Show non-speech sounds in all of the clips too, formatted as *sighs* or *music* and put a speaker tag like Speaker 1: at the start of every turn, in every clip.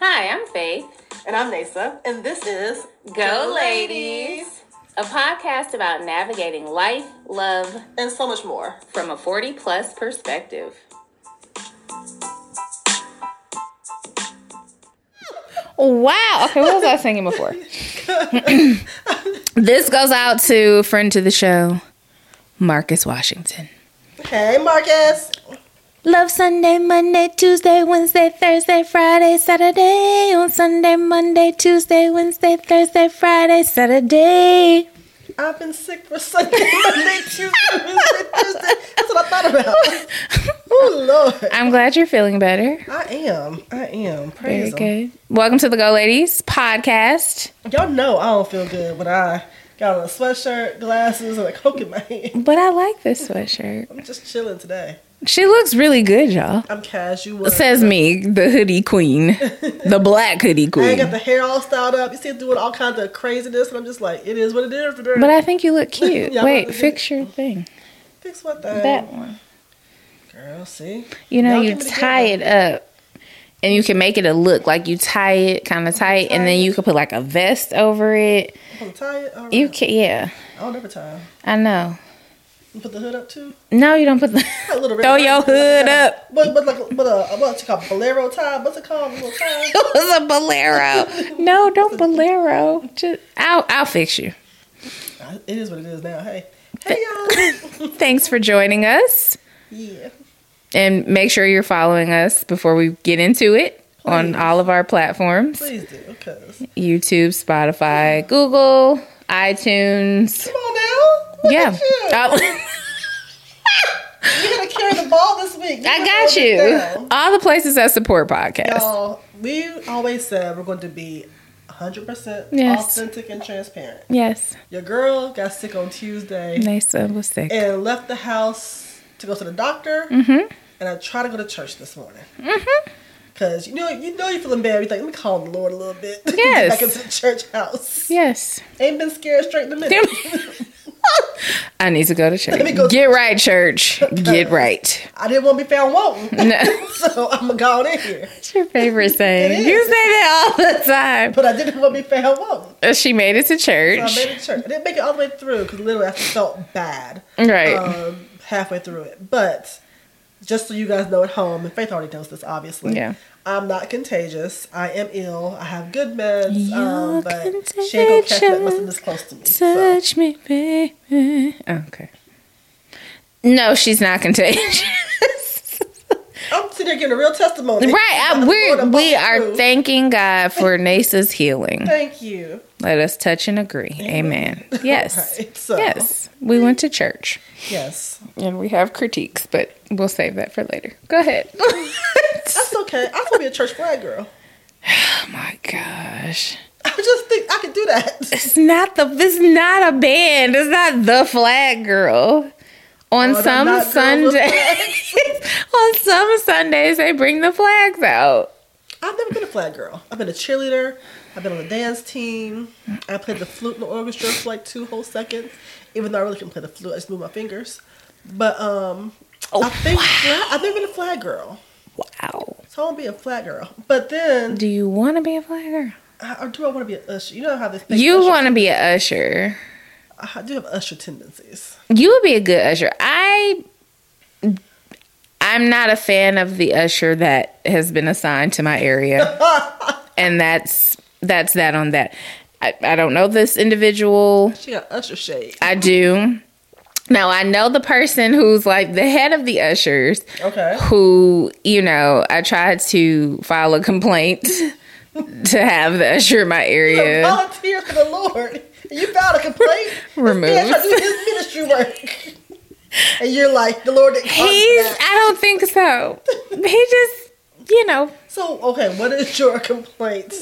Speaker 1: Hi, I'm Faith.
Speaker 2: And I'm Nasa, and this is
Speaker 1: Go, ladies. A podcast about navigating life, love,
Speaker 2: and so much more.
Speaker 1: from a 40 plus perspective.
Speaker 3: Wow. Okay, what was I singing before? *laughs* this goes out to friend to the show, Marcus Washington.
Speaker 2: Hey, Marcus.
Speaker 3: Love Sunday, Monday, Tuesday, Wednesday, Thursday, Friday, Saturday. On Sunday, Monday, Tuesday, Wednesday, Thursday, Friday, Saturday.
Speaker 2: I've been sick for Sunday, *laughs* Monday, Tuesday, Wednesday, Tuesday. That's what I thought about.
Speaker 3: *laughs*
Speaker 2: oh Lord,
Speaker 3: I'm glad you're feeling better.
Speaker 2: I am. I am. Praise
Speaker 3: Very
Speaker 2: him.
Speaker 3: good. Welcome to the Go Ladies podcast.
Speaker 2: Y'all know I don't feel good when I got on a sweatshirt, glasses, and a coke in my *laughs* hand.
Speaker 3: But I like this sweatshirt.
Speaker 2: I'm just chilling today.
Speaker 3: She looks really good, y'all.
Speaker 2: I'm casual. *laughs*
Speaker 3: Says me, the hoodie queen, the black hoodie
Speaker 2: I
Speaker 3: queen.
Speaker 2: ain't got the hair all styled up. You see it doing all kinds of craziness, and I'm just like, it is what it is.
Speaker 3: But I think
Speaker 2: *laughs*
Speaker 3: you look cute.
Speaker 2: Yeah, I
Speaker 3: Wait,
Speaker 2: look
Speaker 3: fix your thing.
Speaker 2: Fix what thing?
Speaker 3: That one.
Speaker 2: Girl, see?
Speaker 3: You know,
Speaker 2: Y'all
Speaker 3: you
Speaker 2: give me the
Speaker 3: tie
Speaker 2: good
Speaker 3: it up and you can make it a look like you tie it kind of tight and then you could put like a vest over it.
Speaker 2: I'm tired. All right.
Speaker 3: You can, yeah,
Speaker 2: I'll never tie.
Speaker 3: I know.
Speaker 2: You put the hood up too.
Speaker 3: No, you don't put the. *laughs*
Speaker 2: A little red
Speaker 3: Throw your
Speaker 2: button, like
Speaker 3: hood
Speaker 2: a-
Speaker 3: up. *laughs*
Speaker 2: But but like but uh what's it called bolero tie? What's it called? Little tie.
Speaker 3: *laughs* It was
Speaker 2: *laughs*
Speaker 3: a bolero. No, don't bolero. Just, I'll, I'll fix you.
Speaker 2: Uh, It is what it is now. Hey hey y'all. *laughs*
Speaker 3: Thanks for joining us.
Speaker 2: yeah.
Speaker 3: And make sure you're following us before we get into it on
Speaker 2: Please.
Speaker 3: all of our platforms.
Speaker 2: Please do, cause
Speaker 3: YouTube, Spotify, Google, iTunes.
Speaker 2: come on now. Look
Speaker 3: Yeah.
Speaker 2: at you.
Speaker 3: Oh, *laughs*
Speaker 2: you gotta carry the ball this week. You
Speaker 3: I
Speaker 2: gotta
Speaker 3: got
Speaker 2: hold it
Speaker 3: you.
Speaker 2: down.
Speaker 3: All the places that support podcasts.
Speaker 2: Y'all, we always said we're going to be 100%
Speaker 3: Yes.
Speaker 2: authentic and transparent.
Speaker 3: Yes. uh,
Speaker 2: Your girl got sick on Tuesday
Speaker 3: Nasa was sick.
Speaker 2: and left the house to go to the doctor.
Speaker 3: Mm-hmm.
Speaker 2: And I tried to go to church this morning. Cause you know you know you're feeling bad. You think let me call the Lord a little bit. Get
Speaker 3: Yes.
Speaker 2: back into the church house.
Speaker 3: Yes.
Speaker 2: Ain't been scared straight in the middle.
Speaker 3: I need to go to church.
Speaker 2: me go-
Speaker 3: Get right, church.
Speaker 2: *laughs*
Speaker 3: Get right.
Speaker 2: *laughs* I didn't want to be found wanting,
Speaker 3: No.
Speaker 2: *laughs* so I'm gonna go on in here.
Speaker 3: It's your favorite
Speaker 2: It
Speaker 3: saying.
Speaker 2: is.
Speaker 3: You say that all the time.
Speaker 2: But I didn't want to be found wanting.
Speaker 3: Uh, She made it to
Speaker 2: So I
Speaker 3: church.
Speaker 2: made it to church. I didn't make it all the way through because literally I felt bad.
Speaker 3: Right.
Speaker 2: Um, halfway through it, but just so you guys know at home, and Faith already knows this, obviously.
Speaker 3: Yeah.
Speaker 2: I'm not contagious. I am ill. I have good meds. um,
Speaker 3: You're
Speaker 2: but she ain't gonna catch that
Speaker 3: contagious.
Speaker 2: much this close to me. So.
Speaker 3: Touch me, baby. Okay. No, she's not contagious. *laughs*
Speaker 2: I'm sitting there giving a real testimony. *laughs*
Speaker 3: right. I,
Speaker 2: I'm
Speaker 3: we're,
Speaker 2: going
Speaker 3: we
Speaker 2: about
Speaker 3: are
Speaker 2: through.
Speaker 3: thanking God for Nasa's healing.
Speaker 2: Thank you.
Speaker 3: Let us touch and agree.
Speaker 2: *laughs*
Speaker 3: Amen. Yes.
Speaker 2: Alright, so-
Speaker 3: Yes. We went to church
Speaker 2: Yes.
Speaker 3: and we have critiques, but we'll save that for later. Go ahead. *laughs*
Speaker 2: That's okay. I could be a church flag girl.
Speaker 3: oh my gosh.
Speaker 2: I just think I could do that.
Speaker 3: It's not the it's not a band. It's not the flag girl. On
Speaker 2: they're
Speaker 3: some
Speaker 2: not girls with
Speaker 3: Sundays *laughs* on some Sundays they bring the flags out.
Speaker 2: I've never been a flag girl. I've been a cheerleader. I've been on the dance team. I played the flute in the orchestra for like two whole seconds. Even though I really couldn't play the flute, I just moved my fingers. But um,
Speaker 3: Oh,
Speaker 2: I think fla- I've never been a flag girl,
Speaker 3: Wow.
Speaker 2: so I want to be a flag girl. But then,
Speaker 3: Do you wanna be a flag girl?
Speaker 2: I, or do I want to be an usher? You know how this thing.
Speaker 3: You wanna be an usher.
Speaker 2: I do have usher tendencies.
Speaker 3: You would be a good usher. I I'm not a fan of the usher that has been assigned to my area. and that's that's that on that. I, I don't know this individual.
Speaker 2: She got usher shade.
Speaker 3: I do. Now I know the person who's like the head of the ushers.
Speaker 2: Okay.
Speaker 3: Who you know? I tried to file a complaint *laughs* to have the usher in my
Speaker 2: You
Speaker 3: area.
Speaker 2: Volunteer for the Lord. You filed a
Speaker 3: *laughs*
Speaker 2: complaint.
Speaker 3: Removed.
Speaker 2: This man tried to do his ministry work. *laughs* And you're like, the Lord didn't call you for
Speaker 3: He's.
Speaker 2: that.
Speaker 3: I don't think so. He just, you know,
Speaker 2: So okay, what is your *laughs* complaint?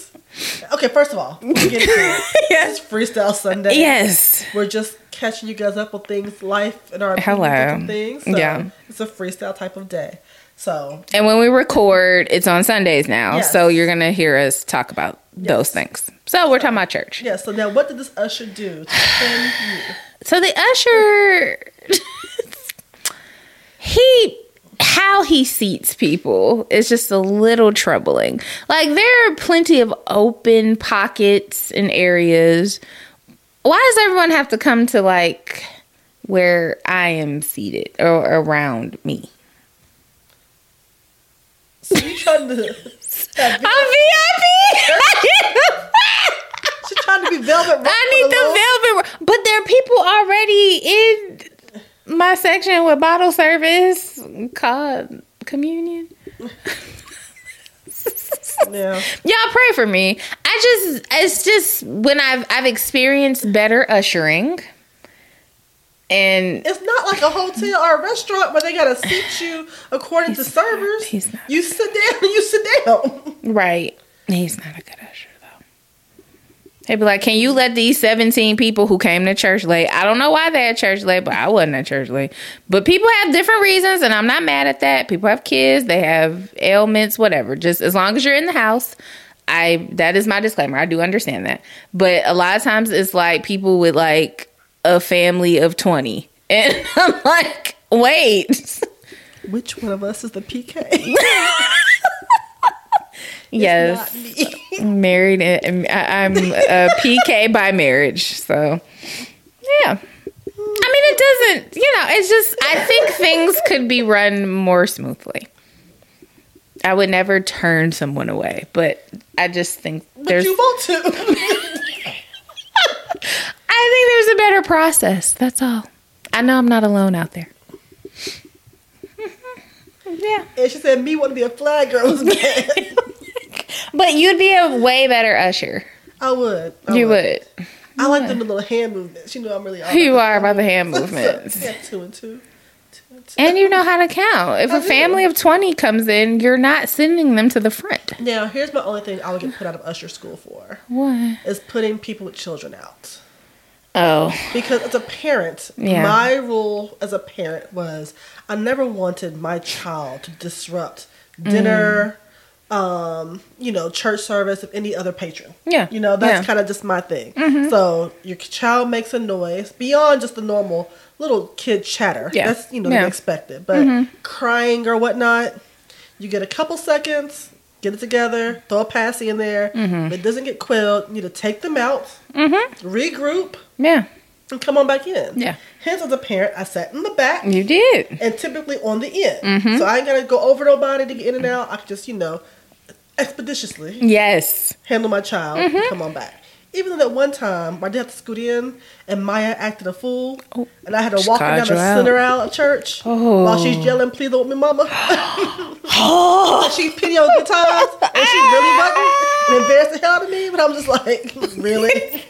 Speaker 2: Okay, first of
Speaker 3: *laughs*
Speaker 2: all, we get into it.
Speaker 3: Yes.
Speaker 2: it's Freestyle Sunday.
Speaker 3: yes,
Speaker 2: we're just catching you guys up on things, life, and our
Speaker 3: Hello.
Speaker 2: different things. So
Speaker 3: Yeah.
Speaker 2: it's a freestyle type of day. So
Speaker 3: and when we record, it's on Sundays now,
Speaker 2: Yes.
Speaker 3: so you're gonna hear us talk about those things. So we're talking about church.
Speaker 2: yeah, so now what did this usher do? *sighs* To offend you?
Speaker 3: So the usher, *laughs* he how he seats people is just a little troubling. Like there are plenty of open pockets and areas. Why does everyone have to come to like where I am seated or around me?
Speaker 2: So you trying to
Speaker 3: I'm VIP. *laughs*
Speaker 2: she trying to be velvet? rope
Speaker 3: I
Speaker 2: for
Speaker 3: need
Speaker 2: the Lord?
Speaker 3: the velvet, ro- but there are people already in my section with bottle service called communion. *laughs*
Speaker 2: Yeah.
Speaker 3: Y'all pray for me. I just it's just when I've I've experienced better ushering and
Speaker 2: It's not like a hotel or a restaurant where they gotta seat you according to servers.
Speaker 3: he's not.
Speaker 2: You sit down, *laughs* you sit down.
Speaker 3: right. He's not a good usher though. They'd be like, Can you let these seventeen people who came to church late? I don't know why they had church late, but I wasn't at church late. But people have different reasons and I'm not mad at that. People have kids, they have ailments, whatever. Just as long as you're in the house. I that is my disclaimer. I do understand that. But a lot of times it's like people with like a family of 20. *laughs* And I'm like, wait. *laughs*
Speaker 2: Which one of us is the PK?
Speaker 3: yes. Married. And, I, I'm a PK by marriage. So, yeah. I mean, it doesn't, you know, it's just, I think things could be run more smoothly. I would never turn someone away, but I just think
Speaker 2: But
Speaker 3: there's
Speaker 2: you want to.
Speaker 3: I think there's a better process. That's all. I know I'm not alone
Speaker 2: *laughs*
Speaker 3: out there. yeah.
Speaker 2: And she said, "Me want to be a flag girl." *laughs* was bad.
Speaker 3: *laughs* But you'd be a way better usher.
Speaker 2: I would. I
Speaker 3: you would.
Speaker 2: I like them little hand movements. You know, I'm really. all
Speaker 3: You
Speaker 2: about
Speaker 3: are by the hand
Speaker 2: the-
Speaker 3: movements.
Speaker 2: Yeah, two and two. Two and two.
Speaker 3: And you know how to count. If a
Speaker 2: do.
Speaker 3: family of 20 comes in, you're not sending them to the front.
Speaker 2: Now, here's my only thing I would get put out of usher school for
Speaker 3: What?
Speaker 2: is putting people with children out.
Speaker 3: Oh.
Speaker 2: Because as a parent,
Speaker 3: Yeah.
Speaker 2: my rule as a parent was I never wanted my child to disrupt
Speaker 3: Mm.
Speaker 2: dinner, um, you know, church service of any other patron.
Speaker 3: Yeah.
Speaker 2: You know, that's
Speaker 3: Yeah. Mm-hmm.
Speaker 2: kind of just my thing. So your child makes a noise beyond just the normal little kid chatter.
Speaker 3: Yeah.
Speaker 2: That's, you know,
Speaker 3: Yeah. Mm-hmm.
Speaker 2: expected. But crying or whatnot, you get a couple seconds, get it together, throw a passy in there.
Speaker 3: Mm-hmm.
Speaker 2: If it doesn't get quelled, you need to take them out, regroup
Speaker 3: Yeah.
Speaker 2: and come on back in.
Speaker 3: Yeah.
Speaker 2: Hence, as a parent, I sat in the back
Speaker 3: You Mm-hmm. did.
Speaker 2: and typically on the end. So I ain't gotta go over nobody to get in and out. I can just, you know, expeditiously
Speaker 3: Yes.
Speaker 2: handle my child
Speaker 3: Mm-hmm.
Speaker 2: and come on back. Even though that one time my dad had to scoot in and Maya acted a fool and I had to walk her down the
Speaker 3: called you Oh, out. Oh.
Speaker 2: center aisle of church while she's yelling, please don't me *laughs*
Speaker 3: *gasps*
Speaker 2: mama. And she's pity on good times and she really wasn't and embarrassed the hell out of me, but I'm just like, *laughs* really?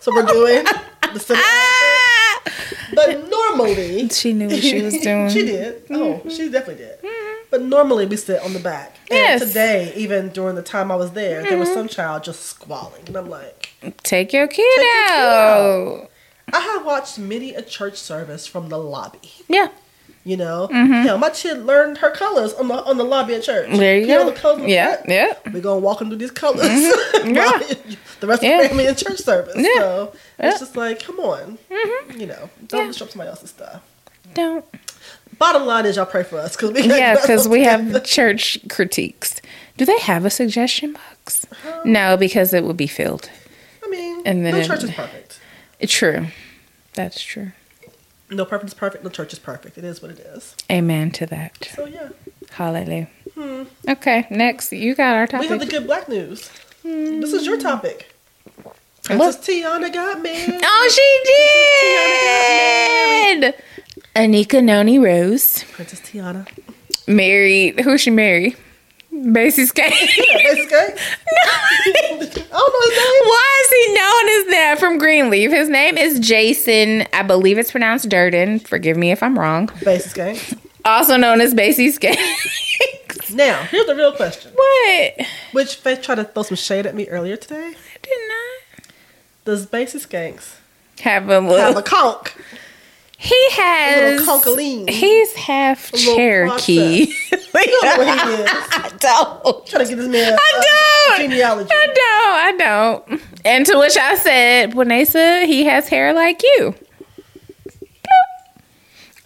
Speaker 2: so we're doing the center
Speaker 3: *laughs* Ah!
Speaker 2: but normally
Speaker 3: *laughs* She knew what
Speaker 2: *laughs*
Speaker 3: she was doing. Mm-hmm.
Speaker 2: she did. Oh, she definitely did. But normally we sit on the back. And
Speaker 3: Yes. Mm-hmm.
Speaker 2: today, even during the time I was there, there was some child just squalling, and I'm like,
Speaker 3: Take your kid
Speaker 2: your kid
Speaker 3: out.
Speaker 2: I have watched many a church service from the lobby.
Speaker 3: Yeah.
Speaker 2: You know, Hell, my kid learned her colors on the on the lobby at church.
Speaker 3: Mm-hmm. There you
Speaker 2: know
Speaker 3: go.
Speaker 2: the colors on the
Speaker 3: Yeah.
Speaker 2: front?
Speaker 3: Yeah.
Speaker 2: We're gonna walk them through these colors. *laughs*
Speaker 3: Yeah.
Speaker 2: the rest of
Speaker 3: Yeah.
Speaker 2: the family in church service.
Speaker 3: Yeah.
Speaker 2: So
Speaker 3: Yeah. Mm-hmm.
Speaker 2: it's just like, come on, you know, don't
Speaker 3: Yeah.
Speaker 2: disrupt somebody else's stuff.
Speaker 3: Don't.
Speaker 2: Bottom line is, y'all pray for us because we
Speaker 3: *laughs* yeah, because we have church critiques. Do they have a suggestion box? No, because it would be filled.
Speaker 2: I mean,
Speaker 3: And then
Speaker 2: no
Speaker 3: it-
Speaker 2: church is perfect.
Speaker 3: True. That's true.
Speaker 2: No perfect is perfect. No church is perfect. It is what it is.
Speaker 3: Amen to that.
Speaker 2: So yeah,
Speaker 3: Hallelujah. Hmm. Okay, next. You got our
Speaker 2: we
Speaker 3: topic.
Speaker 2: have the good black news. This is your topic.
Speaker 3: Look.
Speaker 2: Princess Tiana got married.
Speaker 3: oh, she did! Anika Noni Rose
Speaker 2: Princess Tiana.
Speaker 3: married. Who she married? Basie *laughs* Skate.
Speaker 2: Yeah, that's *laughs* okay. I don't know
Speaker 3: Why is he known as that from Greenleaf? His name is Jason. I believe it's pronounced Durden. Forgive me if I'm wrong.
Speaker 2: his name. Basis gang.
Speaker 3: Also known as Basie Skate.
Speaker 2: Now here's the real question,
Speaker 3: *laughs* what? I
Speaker 2: which Faith tried to throw some shade at me earlier today.
Speaker 3: did not
Speaker 2: Does Basis Gangs
Speaker 3: have a look.
Speaker 2: have a conk?
Speaker 3: He
Speaker 2: little
Speaker 3: has
Speaker 2: conkling.
Speaker 3: He's half
Speaker 2: little
Speaker 3: Cherokee. *laughs*
Speaker 2: You know what he is.
Speaker 3: I don't.
Speaker 2: Trying to get his man.
Speaker 3: I
Speaker 2: uh,
Speaker 3: don't.
Speaker 2: Genealogy.
Speaker 3: I don't. I don't. And to which I said, Vanessa, he has hair like you. Bloop.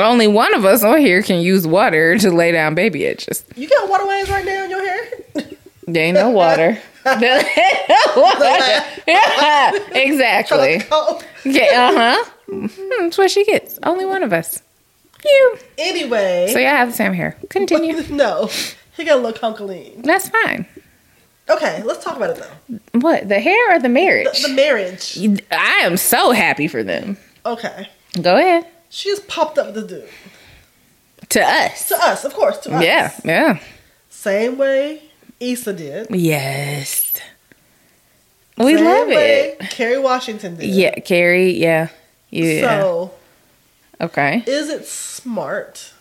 Speaker 3: Only one of us on here can use water to lay down baby edges.
Speaker 2: You got waterways right now in your hair? *laughs*
Speaker 3: There ain't no water. There ain't no water.
Speaker 2: *laughs*
Speaker 3: Yeah, *laughs* exactly.
Speaker 2: Oh.
Speaker 3: Yeah, uh huh. That's what she gets. Only one of us. You.
Speaker 2: Anyway.
Speaker 3: So y'all have the same hair. Continue.
Speaker 2: *laughs* no. He got a little conker lean.
Speaker 3: That's fine.
Speaker 2: Okay, let's talk about it though.
Speaker 3: What the hair or the marriage?
Speaker 2: The, the marriage.
Speaker 3: I am so happy for them.
Speaker 2: Okay.
Speaker 3: Go ahead.
Speaker 2: She just popped up with the dude.
Speaker 3: To us.
Speaker 2: To us, of course, to us.
Speaker 3: Yeah. Yeah.
Speaker 2: Same way Issa did.
Speaker 3: Yes. We
Speaker 2: Same
Speaker 3: love
Speaker 2: way
Speaker 3: it.
Speaker 2: Kerry Washington did.
Speaker 3: Yeah, Carrie. Yeah. Yeah.
Speaker 2: So
Speaker 3: okay.
Speaker 2: is it smart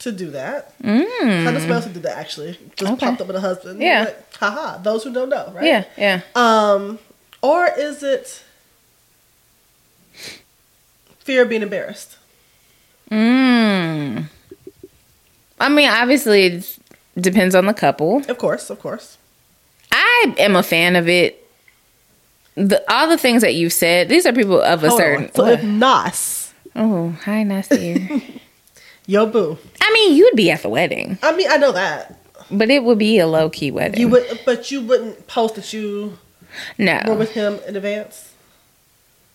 Speaker 2: to do that?
Speaker 3: Mm.
Speaker 2: How does Mel do that actually? Just
Speaker 3: Okay.
Speaker 2: popped up with a husband.
Speaker 3: Yeah.
Speaker 2: Like, haha. Those who don't know, right?
Speaker 3: Yeah. Yeah.
Speaker 2: Um, or is it fear of being embarrassed?
Speaker 3: Mm. I mean, obviously, it depends on the couple.
Speaker 2: Of course, of course.
Speaker 3: I am a fan of it. The, all the things that you've said, these are people of a
Speaker 2: Hold
Speaker 3: certain.
Speaker 2: on. So if Nas,
Speaker 3: Oh,
Speaker 2: *laughs*
Speaker 3: hi, Nasir.
Speaker 2: yo boo.
Speaker 3: I mean, you'd be at the wedding,
Speaker 2: I mean, I know that
Speaker 3: but it would be a low key wedding.
Speaker 2: you would, but you wouldn't post that you were
Speaker 3: no,
Speaker 2: with him in advance.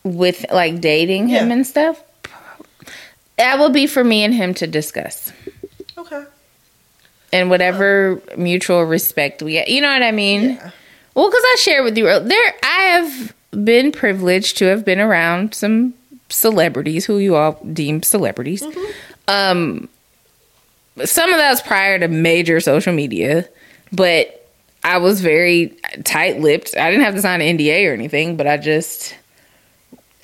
Speaker 3: with like dating him
Speaker 2: Yeah.
Speaker 3: and stuff. That would be for me and him to discuss,
Speaker 2: Okay.
Speaker 3: and whatever mutual respect we, you know what I mean.
Speaker 2: Yeah.
Speaker 3: Well, because I share with you earl- there, I have been privileged to have been around some celebrities who you all deem celebrities. Um, some of that was prior to major social media, but I was very tight lipped. I didn't have to sign an NDA or anything, but I just,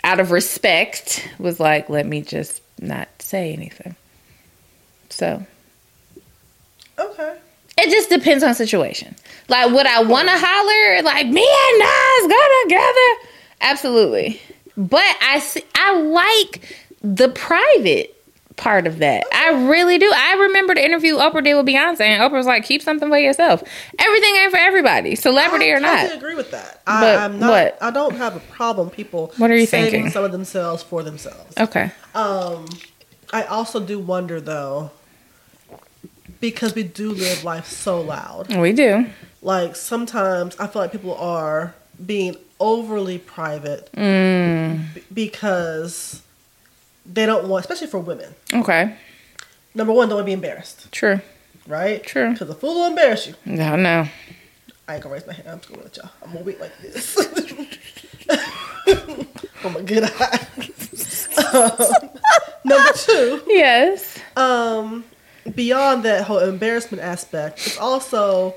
Speaker 3: out of respect, was like, let me just not say anything. So
Speaker 2: Okay.
Speaker 3: it just depends on situation. Like, would I want to holler like me and Nas go together? Absolutely. But I see, I like the private part of that. I really do. I remember the interview Oprah did with Beyonce, and Oprah was like, "Keep something for yourself. Everything ain't for everybody, celebrity
Speaker 2: I
Speaker 3: or not."
Speaker 2: totally agree with that. I,
Speaker 3: But
Speaker 2: I'm not.
Speaker 3: what?
Speaker 2: I don't have a problem. People.
Speaker 3: What are you
Speaker 2: saving
Speaker 3: thinking?
Speaker 2: Some of themselves for themselves.
Speaker 3: Okay.
Speaker 2: Um, I also do wonder though, because we do live life so loud.
Speaker 3: We do.
Speaker 2: Like sometimes I feel like people are being overly private b- because they don't want, especially for women.
Speaker 3: Okay.
Speaker 2: Number one, don't want to be embarrassed,
Speaker 3: True.
Speaker 2: right?
Speaker 3: True.
Speaker 2: Because a fool will embarrass you.
Speaker 3: No, no.
Speaker 2: I ain't gonna raise my hand. I'm just gonna let y'all. I'm gonna wait like this. *laughs* oh my good eye. *laughs* Um, number two.
Speaker 3: Yes.
Speaker 2: um beyond that whole embarrassment aspect it's also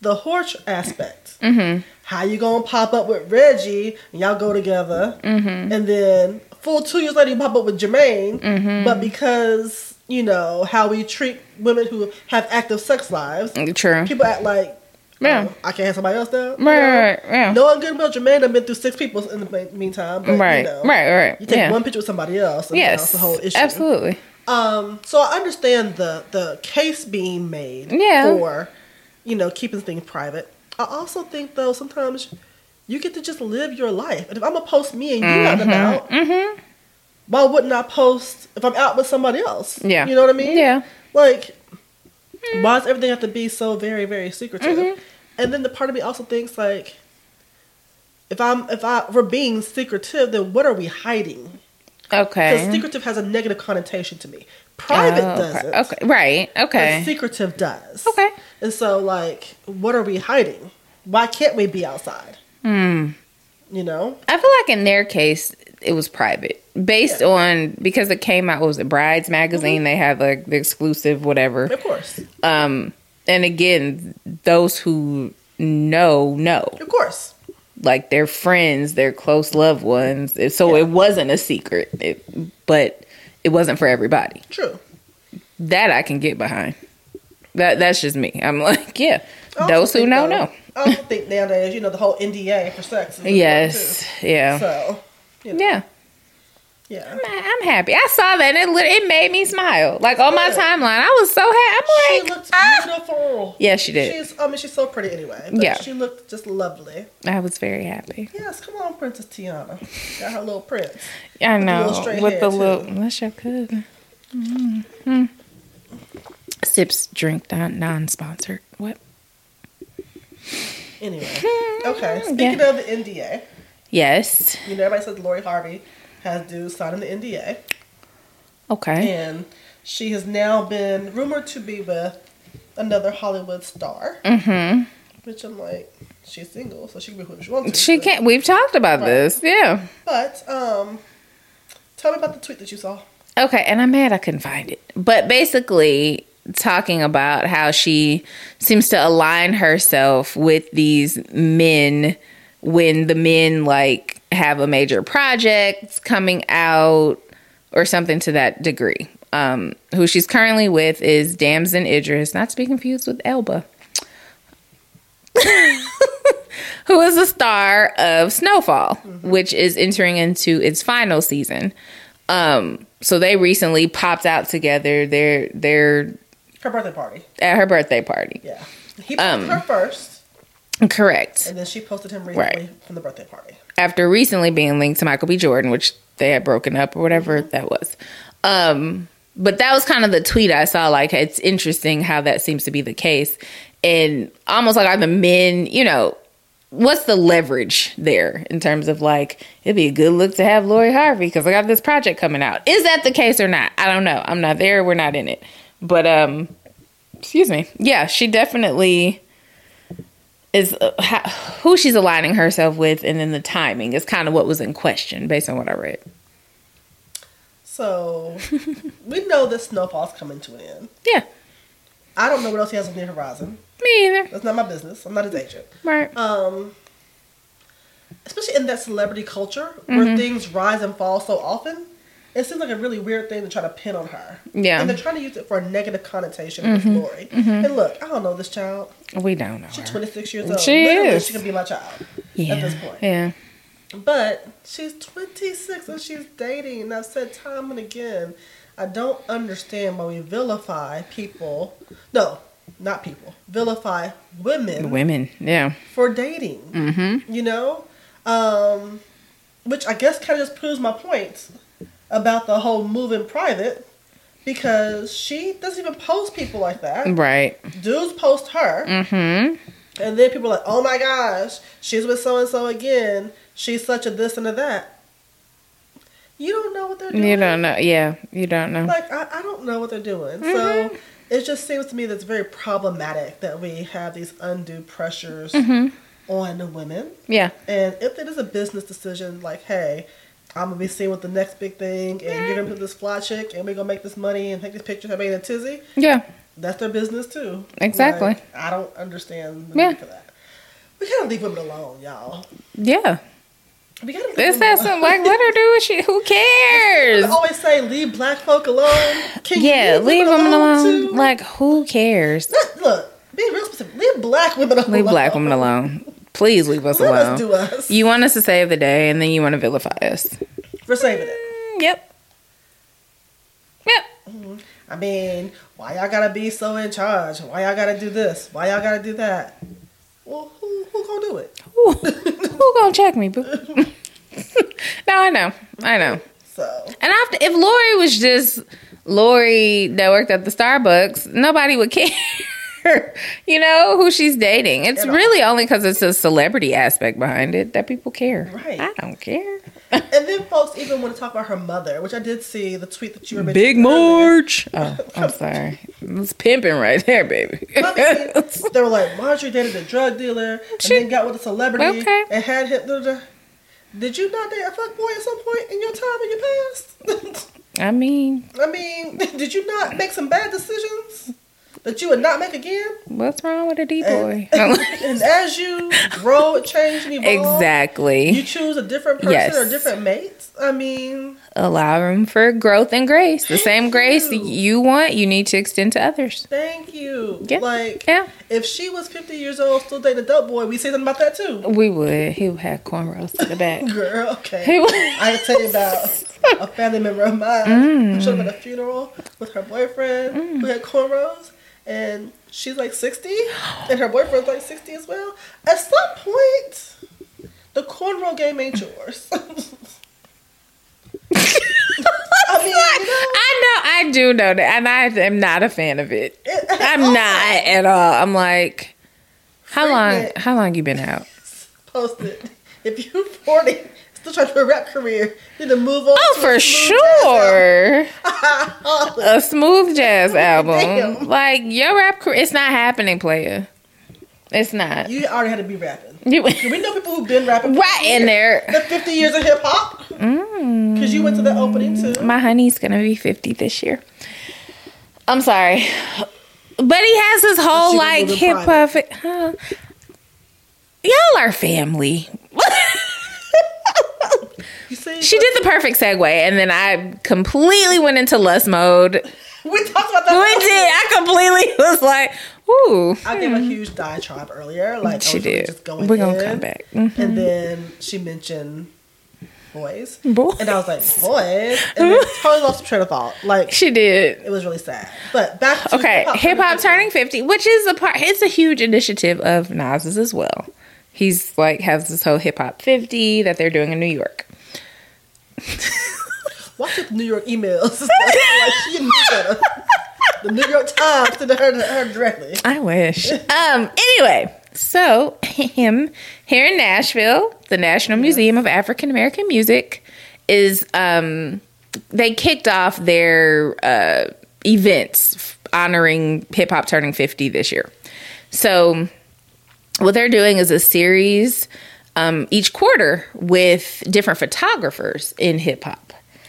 Speaker 2: the horse aspect mm-hmm. how you gonna pop up with reggie and y'all go together mm-hmm. and then full two years later you pop up with jermaine
Speaker 3: Mm-hmm.
Speaker 2: but because you know how we treat women who have active sex lives
Speaker 3: True.
Speaker 2: people act like
Speaker 3: Yeah.
Speaker 2: oh, i can't have somebody else now
Speaker 3: Right, right, yeah.
Speaker 2: knowing good and well jermaine done been through six people in the me- meantime but,
Speaker 3: right.
Speaker 2: you know,
Speaker 3: right. Right.
Speaker 2: you take
Speaker 3: yeah.
Speaker 2: one picture with somebody else and
Speaker 3: yes.
Speaker 2: that's the whole issue
Speaker 3: Absolutely.
Speaker 2: um, so I understand the the case being made
Speaker 3: Yeah.
Speaker 2: for, you know, keeping things private. I also think though sometimes you get to just live your life. And if I'm gonna post me and you out
Speaker 3: Mm-hmm.
Speaker 2: and about, why wouldn't I post if I'm out with somebody else?
Speaker 3: Yeah.
Speaker 2: you know what I mean.
Speaker 3: Yeah. Hmm.
Speaker 2: like why does everything have to be so very very secretive?
Speaker 3: Mm-hmm.
Speaker 2: And then the part of me also thinks like, if I'm if I we're being secretive, then what are we hiding? Because
Speaker 3: Okay.
Speaker 2: secretive has a negative connotation to me. Private
Speaker 3: Oh, okay.
Speaker 2: doesn't.
Speaker 3: Okay. Right. Okay.
Speaker 2: But secretive does.
Speaker 3: Okay.
Speaker 2: And so, like, what are we hiding? Why can't we be outside?
Speaker 3: Hmm.
Speaker 2: You know?
Speaker 3: I feel like in their case, it was private based
Speaker 2: Yeah. Mm-hmm.
Speaker 3: on because it came out what was it Brides magazine. They have like the exclusive whatever.
Speaker 2: Of course.
Speaker 3: Um, and again, those who know know
Speaker 2: Of course.
Speaker 3: like their friends, their close loved ones. It- So it wasn't a secret, it, but it wasn't for everybody.
Speaker 2: True.
Speaker 3: That I can get behind. That that's just me. I'm like, yeah,
Speaker 2: I also
Speaker 3: those who
Speaker 2: think,
Speaker 3: know
Speaker 2: though-
Speaker 3: know.
Speaker 2: I also think nowadays, you know, the whole NDA for sex. Is
Speaker 3: Yes,
Speaker 2: important,
Speaker 3: yeah,
Speaker 2: too. So, you know,
Speaker 3: yeah.
Speaker 2: yeah.
Speaker 3: Man, I'm happy. I saw that and it, lit- it made me smile. Like on my
Speaker 2: Yeah.
Speaker 3: timeline, I was so happy.
Speaker 2: She
Speaker 3: I'm like,
Speaker 2: looked
Speaker 3: ah!
Speaker 2: beautiful.
Speaker 3: yeah, she did.
Speaker 2: She's, I mean, she's so pretty anyway. But
Speaker 3: Yeah.
Speaker 2: She looked just lovely.
Speaker 3: I was very happy.
Speaker 2: Yes, come on, Princess Tiana. Got her little prince.
Speaker 3: I
Speaker 2: the
Speaker 3: know
Speaker 2: little straight
Speaker 3: with the
Speaker 2: hair,
Speaker 3: little.
Speaker 2: too.
Speaker 3: That's your good. Mm-hmm. Sips drink non non sponsored. What? *laughs*
Speaker 2: Anyway, okay. Speaking of the NDA,
Speaker 3: Yes.
Speaker 2: you know everybody says Lori Harvey has due signing the NDA,
Speaker 3: Okay.
Speaker 2: and she has now been rumored to be with another Hollywood star.
Speaker 3: hmm
Speaker 2: Which I'm like, she's single, so she can be who she wants. To,
Speaker 3: She
Speaker 2: but-
Speaker 3: can't. We've talked about
Speaker 2: Right.
Speaker 3: this. Yeah.
Speaker 2: But um, tell me about the tweet that you saw.
Speaker 3: Okay. And I'm mad I couldn't find it. But basically, talking about how she seems to align herself with these men when the men like have a major project coming out or something to that degree. Um, who she's currently with is Damson Idris, not to be confused with Elba. *laughs* who is a star of Snowfall, which is entering into its final season. Um, so they recently popped out together. They're they're
Speaker 2: Her birthday party.
Speaker 3: at her birthday party.
Speaker 2: Yeah, he posted
Speaker 3: Um,
Speaker 2: her first,
Speaker 3: Correct.
Speaker 2: and then she posted him recently
Speaker 3: Right.
Speaker 2: from the birthday party.
Speaker 3: After recently being linked to Michael B. Jordan, which they had broken up or whatever that was. Um, but that was kind of the tweet I saw. Like it's interesting how that seems to be the case, and almost like are the men, you know, what's the leverage there in terms of like it'd be a good look to have Lori Harvey because I got this project coming out. Is that the case or not? I don't know. I'm not there. We're not in it. But um, excuse me. Yeah, she definitely is uh, ha- who she's aligning herself with, and then the timing is kind of what was in question based on what I read.
Speaker 2: So we know this snowfall's coming to an end.
Speaker 3: Yeah,
Speaker 2: I don't know what else he has on the horizon.
Speaker 3: me either.
Speaker 2: That's not my business. I'm not his agent.
Speaker 3: Right.
Speaker 2: Um, especially in that celebrity culture
Speaker 3: Mm-hmm.
Speaker 2: where things rise and fall so often, it seems like a really weird thing to try to pin on her.
Speaker 3: Yeah. Mm-hmm.
Speaker 2: and they're trying to use it for a negative connotation with Lori. And look, I don't know this child.
Speaker 3: We don't know.
Speaker 2: She's
Speaker 3: her.
Speaker 2: 26 years old.
Speaker 3: She
Speaker 2: Literally,
Speaker 3: is.
Speaker 2: She can be my child.
Speaker 3: yeah.
Speaker 2: this point.
Speaker 3: Yeah.
Speaker 2: But she's 26 and she's dating. And I've said time and again, I don't understand why we vilify people. No, not people. Vilify women
Speaker 3: Women. Yeah.
Speaker 2: for dating. Mm-hmm. You know? Um, which I guess kind of just proves my point about the whole move in private because she doesn't even post people like that.
Speaker 3: Right.
Speaker 2: Dudes post her.
Speaker 3: Hmm.
Speaker 2: And then people are like, oh my gosh, she's with so and so again. She's such a this and a that. You don't know what they're doing.
Speaker 3: You don't know. Yeah. You don't know.
Speaker 2: Like, I, I don't know what they're doing.
Speaker 3: Mm-hmm.
Speaker 2: So it just seems to me that's very problematic that we have these undue pressures
Speaker 3: Mm-hmm.
Speaker 2: on the women.
Speaker 3: Yeah.
Speaker 2: And if it is a business decision, like, hey, I'm gonna be seeing what the next big thing, and you're gonna put this fly chick, and we're gonna make this money and take this picture of being a tizzy.
Speaker 3: Yeah.
Speaker 2: That's their business too.
Speaker 3: Exactly.
Speaker 2: Like, I don't understand the
Speaker 3: Yeah.
Speaker 2: need for that. We gotta leave women alone, y'all.
Speaker 3: Yeah.
Speaker 2: We gotta leave
Speaker 3: Is
Speaker 2: women
Speaker 3: that
Speaker 2: alone.
Speaker 3: something like let her do what she? Who
Speaker 2: *laughs* I
Speaker 3: cares?
Speaker 2: always say leave black folk alone. Can you
Speaker 3: Yeah. Leave
Speaker 2: women
Speaker 3: them alone.
Speaker 2: too?
Speaker 3: Like who cares?
Speaker 2: Look, look, be real specific. Leave black women alone.
Speaker 3: Leave black women alone. Please leave us
Speaker 2: Let us
Speaker 3: alone.
Speaker 2: do us.
Speaker 3: You want us to save the day, and then you want to vilify us. Mm,
Speaker 2: We're saving it.
Speaker 3: Yep. Yep.
Speaker 2: I mean, why y'all gotta be so in charge? Why y'all gotta do this? Why y'all gotta do that? Well, who who gonna do it?
Speaker 3: Ooh, who gonna check me, boo? *laughs* no, I know. I know.
Speaker 2: So
Speaker 3: And after, if Lori was just Lori that worked at the Starbucks, nobody would *laughs* care. you know who she's dating. It's
Speaker 2: At all.
Speaker 3: really only because it's a celebrity aspect behind it that people care.
Speaker 2: Right.
Speaker 3: I don't
Speaker 2: *laughs*
Speaker 3: care.
Speaker 2: and then folks even want to talk about her mother, which I did see the tweet that you were
Speaker 3: Big
Speaker 2: mentioning earlier.
Speaker 3: March. Oh, I'm sorry. It's pimping right there, baby.
Speaker 2: But I mean, they were like, Marjorie dated a drug dealer and
Speaker 3: She-
Speaker 2: then got with a celebrity
Speaker 3: Okay.
Speaker 2: and had him. da, da, da. Did you not date a fuckboy at some point in your time in your past?
Speaker 3: *laughs*
Speaker 2: *laughs*
Speaker 3: I mean,
Speaker 2: I mean, *laughs* did you not make some bad decisions that you would not make again?
Speaker 3: what's wrong with a D boy?
Speaker 2: And, and as you grow, change, and evolve, you
Speaker 3: *laughs* exactly.
Speaker 2: choose a different person
Speaker 3: Yes.
Speaker 2: or a different mate. I mean,
Speaker 3: Allow room for growth and grace. The same grace
Speaker 2: you.
Speaker 3: you want, you need to extend to others.
Speaker 2: thank you.
Speaker 3: Yeah.
Speaker 2: Like,
Speaker 3: Yeah.
Speaker 2: if she was 50 years old, still dating a dope boy, we say something about that too.
Speaker 3: We would. He would have cornrows to the back. *laughs*
Speaker 2: Girl, okay.
Speaker 3: He would.
Speaker 2: I can tell you about
Speaker 3: *laughs*
Speaker 2: a family member of mine who
Speaker 3: Mm.
Speaker 2: showed up at a funeral with her boyfriend who had cornrows, and she's like 60, and her boyfriend's like 60 as well. At some point, the *laughs* cornrow game ain't yours. I mean,
Speaker 3: I know, I do know that, and I am not a fan of it. I'm not at all. I'm like, how long?
Speaker 2: Pregnant.
Speaker 3: How long you been out?
Speaker 2: Post it. If you're 40, still trying to do a rap career, you need to move on.
Speaker 3: Oh,
Speaker 2: to a
Speaker 3: for
Speaker 2: smooth jazz *laughs* album.
Speaker 3: sure,
Speaker 2: Holla.
Speaker 3: a smooth jazz album.
Speaker 2: Damn.
Speaker 3: Like your rap career, it's not happening, player. It's not.
Speaker 2: you already had to be rapping.
Speaker 3: *laughs* You,
Speaker 2: We know people who've been rapping. for
Speaker 3: right in there.
Speaker 2: The 50 years of hip hop.
Speaker 3: Mm.
Speaker 2: Because you went to the opening too.
Speaker 3: My honey's gonna be fifty this year. I'm sorry, but he has this whole
Speaker 2: she was
Speaker 3: like
Speaker 2: living
Speaker 3: hip hop. Huh? Y'all are family. *laughs*
Speaker 2: You see?
Speaker 3: She did the perfect segue, and then I completely went into lust mode.
Speaker 2: we talked about
Speaker 3: We
Speaker 2: that.
Speaker 3: did. I completely *laughs* was like, "Ooh,
Speaker 2: I gave a huge diatribe earlier. Like I
Speaker 3: Mm. she
Speaker 2: was really
Speaker 3: did."
Speaker 2: just going
Speaker 3: We're gonna
Speaker 2: in.
Speaker 3: come back. Mhm.
Speaker 2: And then she mentioned boys.
Speaker 3: Boys.
Speaker 2: And I was like, boys. And
Speaker 3: *laughs*
Speaker 2: then totally lost the train of thought. Like
Speaker 3: She did.
Speaker 2: it was really sad. But back to
Speaker 3: Okay, hip hop turning fifty, which is a part. It's a huge initiative of Nas's as well. He's like has this whole hip hop fifty that they're doing in New York.
Speaker 2: Watch the New York emails. *laughs* like she knew
Speaker 3: *laughs*
Speaker 2: better. The New York Times sent her to her directly.
Speaker 3: I wish. um. Anyway, so *laughs* him here in Nashville, the National Museum of African American Music is um they kicked off their uh events f- honoring hip hop turning 50 this year. So what they're doing is a series um each quarter with different photographers in hip hop.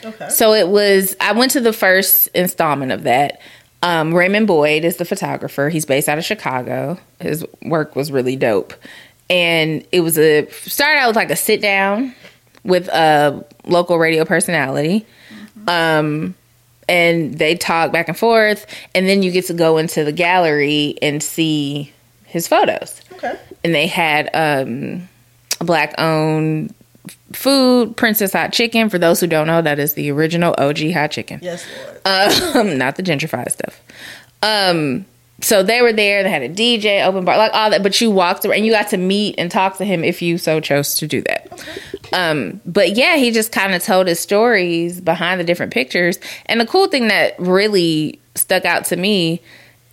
Speaker 2: Okay.
Speaker 3: So it was. I went to the first installment of that. Um, Raymond Boyd is the photographer. He's based out of Chicago. His work was really dope, and it was a started out with like a sit down with a local radio personality. Um, and they talk back and forth, and then you get to go into the gallery and see his photos
Speaker 2: Okay.
Speaker 3: and they had um black owned food princess hot chicken for those who don't know that is the original og hot chicken
Speaker 2: Yes, Lord.
Speaker 3: um *laughs* not the gentrified stuff um so they were there they had a dj open bar like all that but you walked around and you got to meet and talk to him if you so chose to do that um but yeah he just kind of told his stories behind the different pictures and the cool thing that really stuck out to me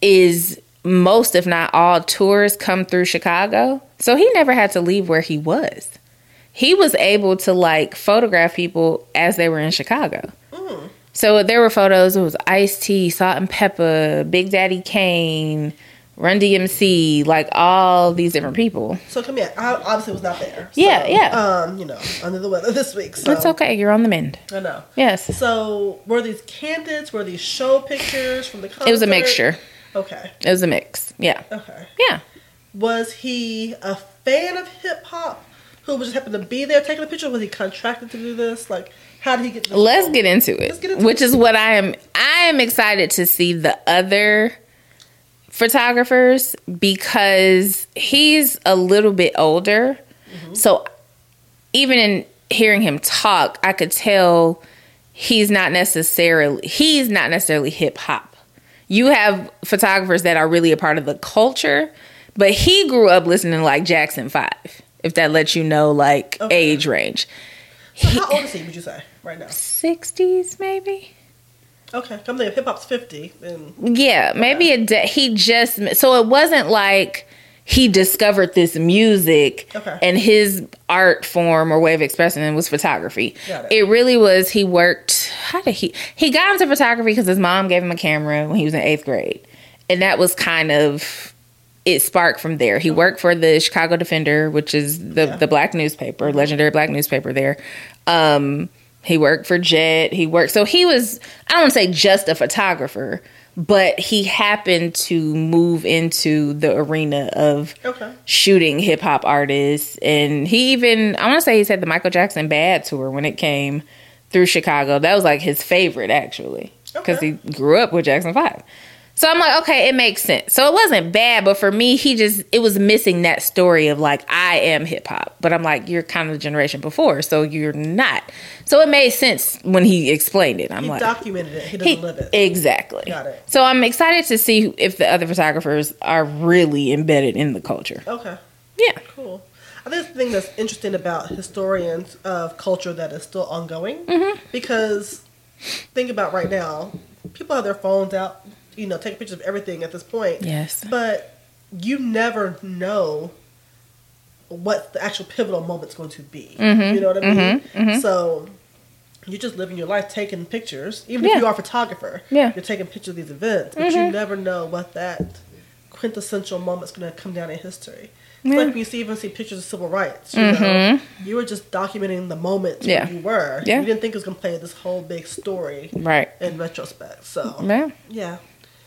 Speaker 3: is most if not all tours come through chicago so he never had to leave where he was he was able to like photograph people as they were in chicago so there were photos. It was Ice T, Salt and Pepper, Big Daddy Kane, Run DMC, like all these different people.
Speaker 2: So come here. I obviously was not there. So,
Speaker 3: Yeah, yeah.
Speaker 2: Um, you know, under the weather this week. So
Speaker 3: That's okay. You're on the mend.
Speaker 2: I know.
Speaker 3: Yes,
Speaker 2: So were these candidates? Were these show pictures from the concert?
Speaker 3: it was a mixture.
Speaker 2: Okay.
Speaker 3: It was a mix. Yeah,
Speaker 2: Okay.
Speaker 3: yeah.
Speaker 2: Was he a fan of hip hop who just happened to be there taking a picture? Was he contracted to do this? Like, how did he get? This
Speaker 3: Let's get into it,
Speaker 2: Let's get into
Speaker 3: which is what I am. I am excited to see the other photographers because he's a little bit older.
Speaker 2: Mm-hmm.
Speaker 3: So even in hearing him talk, I could tell he's not necessarily he's not necessarily hip hop. You have photographers that are really a part of the culture, but he grew up listening to like Jackson 5, if that lets you know like
Speaker 2: Okay.
Speaker 3: age range.
Speaker 2: So how old is he? Would you say right now?
Speaker 3: 60s maybe?
Speaker 2: Okay. Come there. Hip hop's fifty. And
Speaker 3: Yeah, maybe it de- he just so it wasn't like he discovered this music
Speaker 2: Okay.
Speaker 3: and his art form or way of expressing it was photography.
Speaker 2: Got it.
Speaker 3: It really was he worked how did he he got into photography because his mom gave him a camera when he was in 8th grade. And that was kind of it sparked from there. He worked for the Chicago Defender, which is the the black newspaper, legendary black newspaper there. Um, he worked for Jet. He worked so he was I don't want to say just a photographer, but he happened to move into the arena of
Speaker 2: okay.
Speaker 3: shooting hip hop artists, and he even I want to say he's had the Michael Jackson Bad tour when it came through Chicago. That was like his favorite actually because
Speaker 2: Okay.
Speaker 3: he grew up with Jackson Five. So I'm like, okay, it makes sense. So it wasn't bad, but for me, he just it was missing that story of like I am hip hop, but I'm like you're kind of the generation before, so you're not. So it made sense when he explained it. I'm
Speaker 2: He
Speaker 3: like,
Speaker 2: documented it. He doesn't live it.
Speaker 3: Exactly.
Speaker 2: Got it.
Speaker 3: So I'm excited to see if the other photographers are really embedded in the culture.
Speaker 2: Okay.
Speaker 3: Yeah.
Speaker 2: Cool. I think the thing that's interesting about historians of culture that is still ongoing because think about right now. People have their phones out, you know, taking pictures of everything at this point.
Speaker 3: Yes.
Speaker 2: But you never know what the actual pivotal moment's going to be.
Speaker 3: Mm-hmm.
Speaker 2: You know what I mean? So you're just living your life taking pictures. Even
Speaker 3: Yeah.
Speaker 2: if you are a photographer,
Speaker 3: Yeah. Mm-hmm.
Speaker 2: you're taking pictures of these events, but you never know what that quintessential moment's going to come down in history. It's
Speaker 3: Yeah. Mm-hmm.
Speaker 2: Like we see, even see pictures of civil rights. You know, you were just documenting the moments
Speaker 3: Yeah.
Speaker 2: where you were.
Speaker 3: Yeah.
Speaker 2: You didn't think it was going to play this whole big story
Speaker 3: Right.
Speaker 2: in retrospect. So
Speaker 3: Yeah.
Speaker 2: yeah,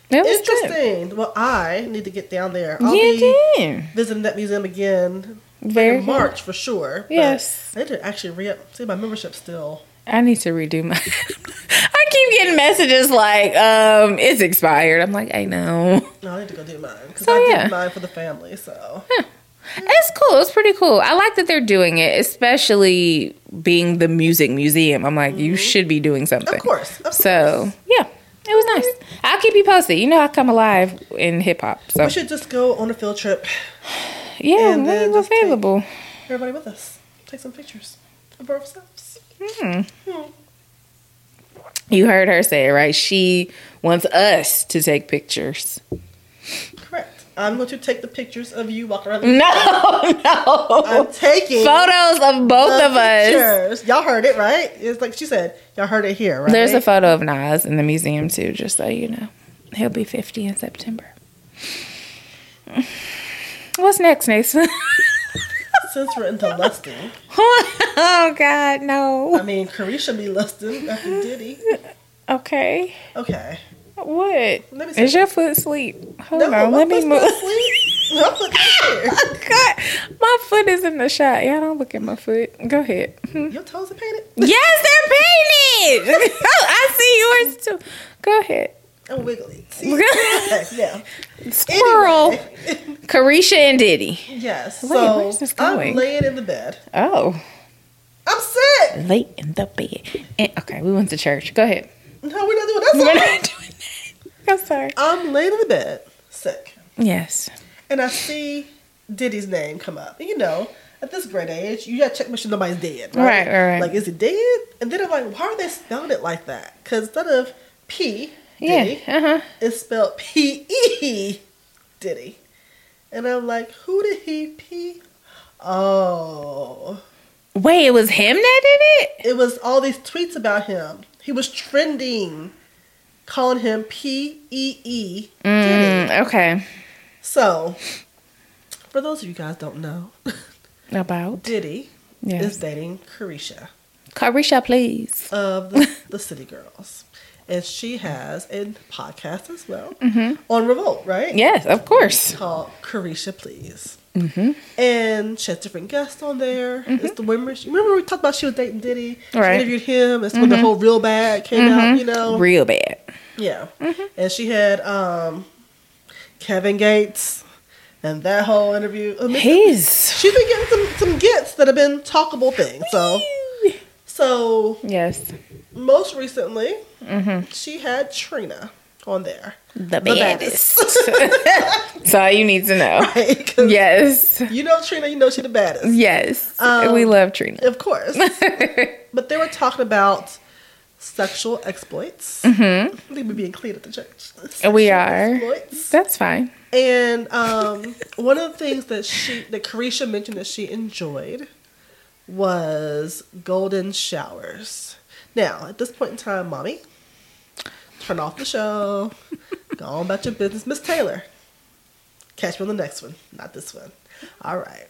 Speaker 3: That was good.
Speaker 2: interesting. Well, I need to get down there. I'll
Speaker 3: You
Speaker 2: be
Speaker 3: did.
Speaker 2: visiting that museum again
Speaker 3: Very
Speaker 2: in
Speaker 3: good.
Speaker 2: March for sure. but
Speaker 3: Yes.
Speaker 2: I need to actually re up. See, my membership still.
Speaker 3: I need to redo my. *laughs* I keep getting messages like, um, it's expired. I'm like, I know.
Speaker 2: No, I need to go do mine because
Speaker 3: So,
Speaker 2: I
Speaker 3: yeah.
Speaker 2: did mine for the family. So
Speaker 3: It's cool. It's pretty cool. I like that they're doing it, especially being the music museum. I'm like, you should be doing something.
Speaker 2: Mm-hmm. of course, of
Speaker 3: So, yeah, it was nice. I'll keep you posted. You know, I come alive in hip hop. So,
Speaker 2: We should just go on a field trip.
Speaker 3: yeah,
Speaker 2: and then
Speaker 3: we're
Speaker 2: just take-
Speaker 3: available.
Speaker 2: Everybody with us. Take some pictures of ourselves.
Speaker 3: You heard her say it, right? She wants us to take pictures.
Speaker 2: Correct. I'm going to take the pictures of you walking around.
Speaker 3: *laughs* No, no.
Speaker 2: I'm taking
Speaker 3: Photos of Mm. both
Speaker 2: the
Speaker 3: of us.
Speaker 2: pictures. Y'all heard it, right? It's like she said. Y'all heard it here, right?
Speaker 3: There's a photo of Nas in the museum, too, just so you know. He'll be 50 in September. What's next, Nathan?
Speaker 2: since we're into lusting.
Speaker 3: *laughs* oh, God,
Speaker 2: I
Speaker 3: no.
Speaker 2: mean, Carisha be lusting after Diddy.
Speaker 3: Okay.
Speaker 2: Okay.
Speaker 3: What?
Speaker 2: Let me see.
Speaker 3: Is your foot asleep? Hold
Speaker 2: No,
Speaker 3: on,
Speaker 2: my
Speaker 3: Oh, let me
Speaker 2: foot's
Speaker 3: move. *laughs* Oh,
Speaker 2: not asleep. My foot's here.
Speaker 3: God, my foot is in the shot. Y'all don't look at my foot. Go ahead. *laughs*
Speaker 2: Your toes are painted.
Speaker 3: yes, they're painted. *laughs* oh, I see yours too. Go ahead.
Speaker 2: I'm wiggly. See? *laughs*
Speaker 3: *laughs*
Speaker 2: Okay, yeah.
Speaker 3: Squirrel.
Speaker 2: Anyway.
Speaker 3: Carisha and Diddy.
Speaker 2: yes.
Speaker 3: Wait,
Speaker 2: so
Speaker 3: where's this going?
Speaker 2: I'm laying in the bed.
Speaker 3: Oh,
Speaker 2: I'm sick.
Speaker 3: late in the bed. And, okay, we went to church. Go ahead.
Speaker 2: No, we're not doing that.
Speaker 3: *laughs* We're
Speaker 2: song.
Speaker 3: not doing that. I'm sorry.
Speaker 2: I'm laying in the bed, sick,
Speaker 3: Yes.
Speaker 2: and I see Diddy's name come up. And you know, at this great age, you gotta check make sure nobody's dead, right?
Speaker 3: Right, right, right.
Speaker 2: Like, is it dead? And then I'm like, why are they spelling it like that? Because instead of P, Diddy,
Speaker 3: Yeah. Uh huh.
Speaker 2: it's spelled P E Diddy. And I'm like, who did he P? Oh.
Speaker 3: Wait, it was him that did it.
Speaker 2: It was all these tweets about him. He was trending, calling him P E E Diddy.
Speaker 3: Mm, okay.
Speaker 2: So, for those of you guys don't know, *laughs*
Speaker 3: About
Speaker 2: Diddy is
Speaker 3: yes.
Speaker 2: dating Carisha
Speaker 3: Carisha, please.
Speaker 2: of the, the City Girls. And she has a podcast as well on Revolt, right?
Speaker 3: Yes, of course.
Speaker 2: called Carisha Please. And she has different guests on there. It's the women. She, remember we talked about she was dating Diddy.
Speaker 3: Right.
Speaker 2: She interviewed him. It's when the whole real bad came out. You know.
Speaker 3: Real bad.
Speaker 2: yeah. And she had um, Kevin Gates, and that whole interview. I mean,
Speaker 3: His.
Speaker 2: She's been getting some some gets that have been talkable things.
Speaker 3: Oh.
Speaker 2: So so
Speaker 3: Yes.
Speaker 2: most recently, she had Trina on there. *laughs*
Speaker 3: The
Speaker 2: baddest.
Speaker 3: *laughs* That's all you need to know.
Speaker 2: 'Cause
Speaker 3: Yes.
Speaker 2: You know Trina. You know she the baddest.
Speaker 3: Yes.
Speaker 2: Um,
Speaker 3: we love Trina.
Speaker 2: Of
Speaker 3: *laughs*
Speaker 2: course. but they were talking about sexual exploits. I think we're being clean at the church.
Speaker 3: Mm-hmm. We
Speaker 2: Sexual
Speaker 3: are.
Speaker 2: Exploits.
Speaker 3: That's fine.
Speaker 2: And um, one of the things that she, that Carisha mentioned that she enjoyed was golden showers. Now, at this point in time, mommy, turn off the show. go on about your business. Miss Taylor, catch me on the next one, not this one. All right.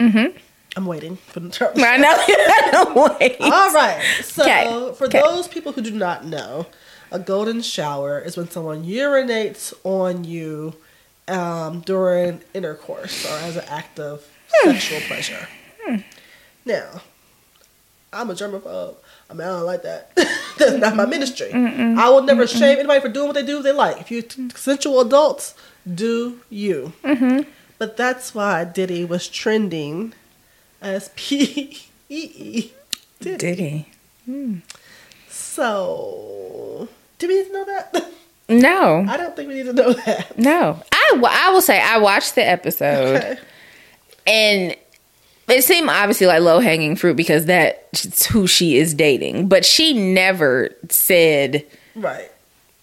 Speaker 3: Mm-hmm.
Speaker 2: I'm waiting for the
Speaker 3: *laughs*
Speaker 2: turn.
Speaker 3: I know. *laughs* I don't wait.
Speaker 2: All right. So,
Speaker 3: 'Kay.
Speaker 2: for
Speaker 3: 'Kay.
Speaker 2: those people who do not know, a golden shower is when someone urinates on you um, during intercourse or as an act of sexual pleasure. Now, I'm a germaphobe. I mean, I don't like that. *laughs* That's not my ministry. I will never shame anybody for doing what they do. They like. If you t- sensual adults, do you? But that's why Diddy was trending as *laughs* P E E.
Speaker 3: Did he?
Speaker 2: So, do we need to know that? *laughs*
Speaker 3: No.
Speaker 2: I don't think we need to know that.
Speaker 3: No. I, w- I will say I watched the episode
Speaker 2: Okay.
Speaker 3: and it seemed obviously like low hanging fruit because that's who she is dating. But she never said
Speaker 2: Right.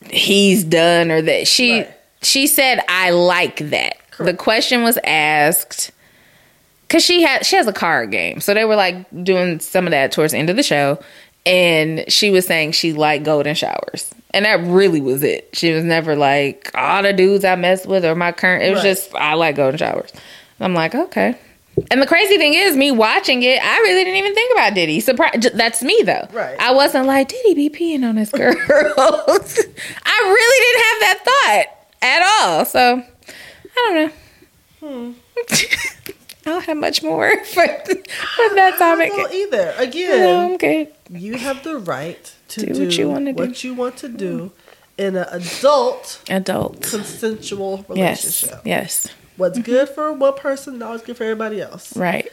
Speaker 3: he's done or that she
Speaker 2: Right.
Speaker 3: she said I like that. The
Speaker 2: Correct.
Speaker 3: question was asked because she had she has a card game, so they were like doing some of that towards the end of the show, and she was saying she liked golden showers, and that really was it. She was never like all the dudes I messed with or my current. It was
Speaker 2: Right.
Speaker 3: just I like golden showers. I'm like okay. And the crazy thing is, me watching it, I really didn't even think about Diddy. Surprise! j- That's me though.
Speaker 2: Right.
Speaker 3: I wasn't like Diddy be peeing on this girl. *laughs* I really didn't have that thought at all. So I don't know. I don't Hmm. have much more *laughs* for, for that
Speaker 2: I
Speaker 3: topic.
Speaker 2: don't either. Again,
Speaker 3: No, I'm good.
Speaker 2: you have the right to
Speaker 3: Do
Speaker 2: do,
Speaker 3: what you wanna do.
Speaker 2: what you want to do in an adult
Speaker 3: Adults.
Speaker 2: consensual
Speaker 3: Yes. Mm-hmm.
Speaker 2: relationship.
Speaker 3: Yes.
Speaker 2: What's good for one person, not always good for everybody else.
Speaker 3: Right.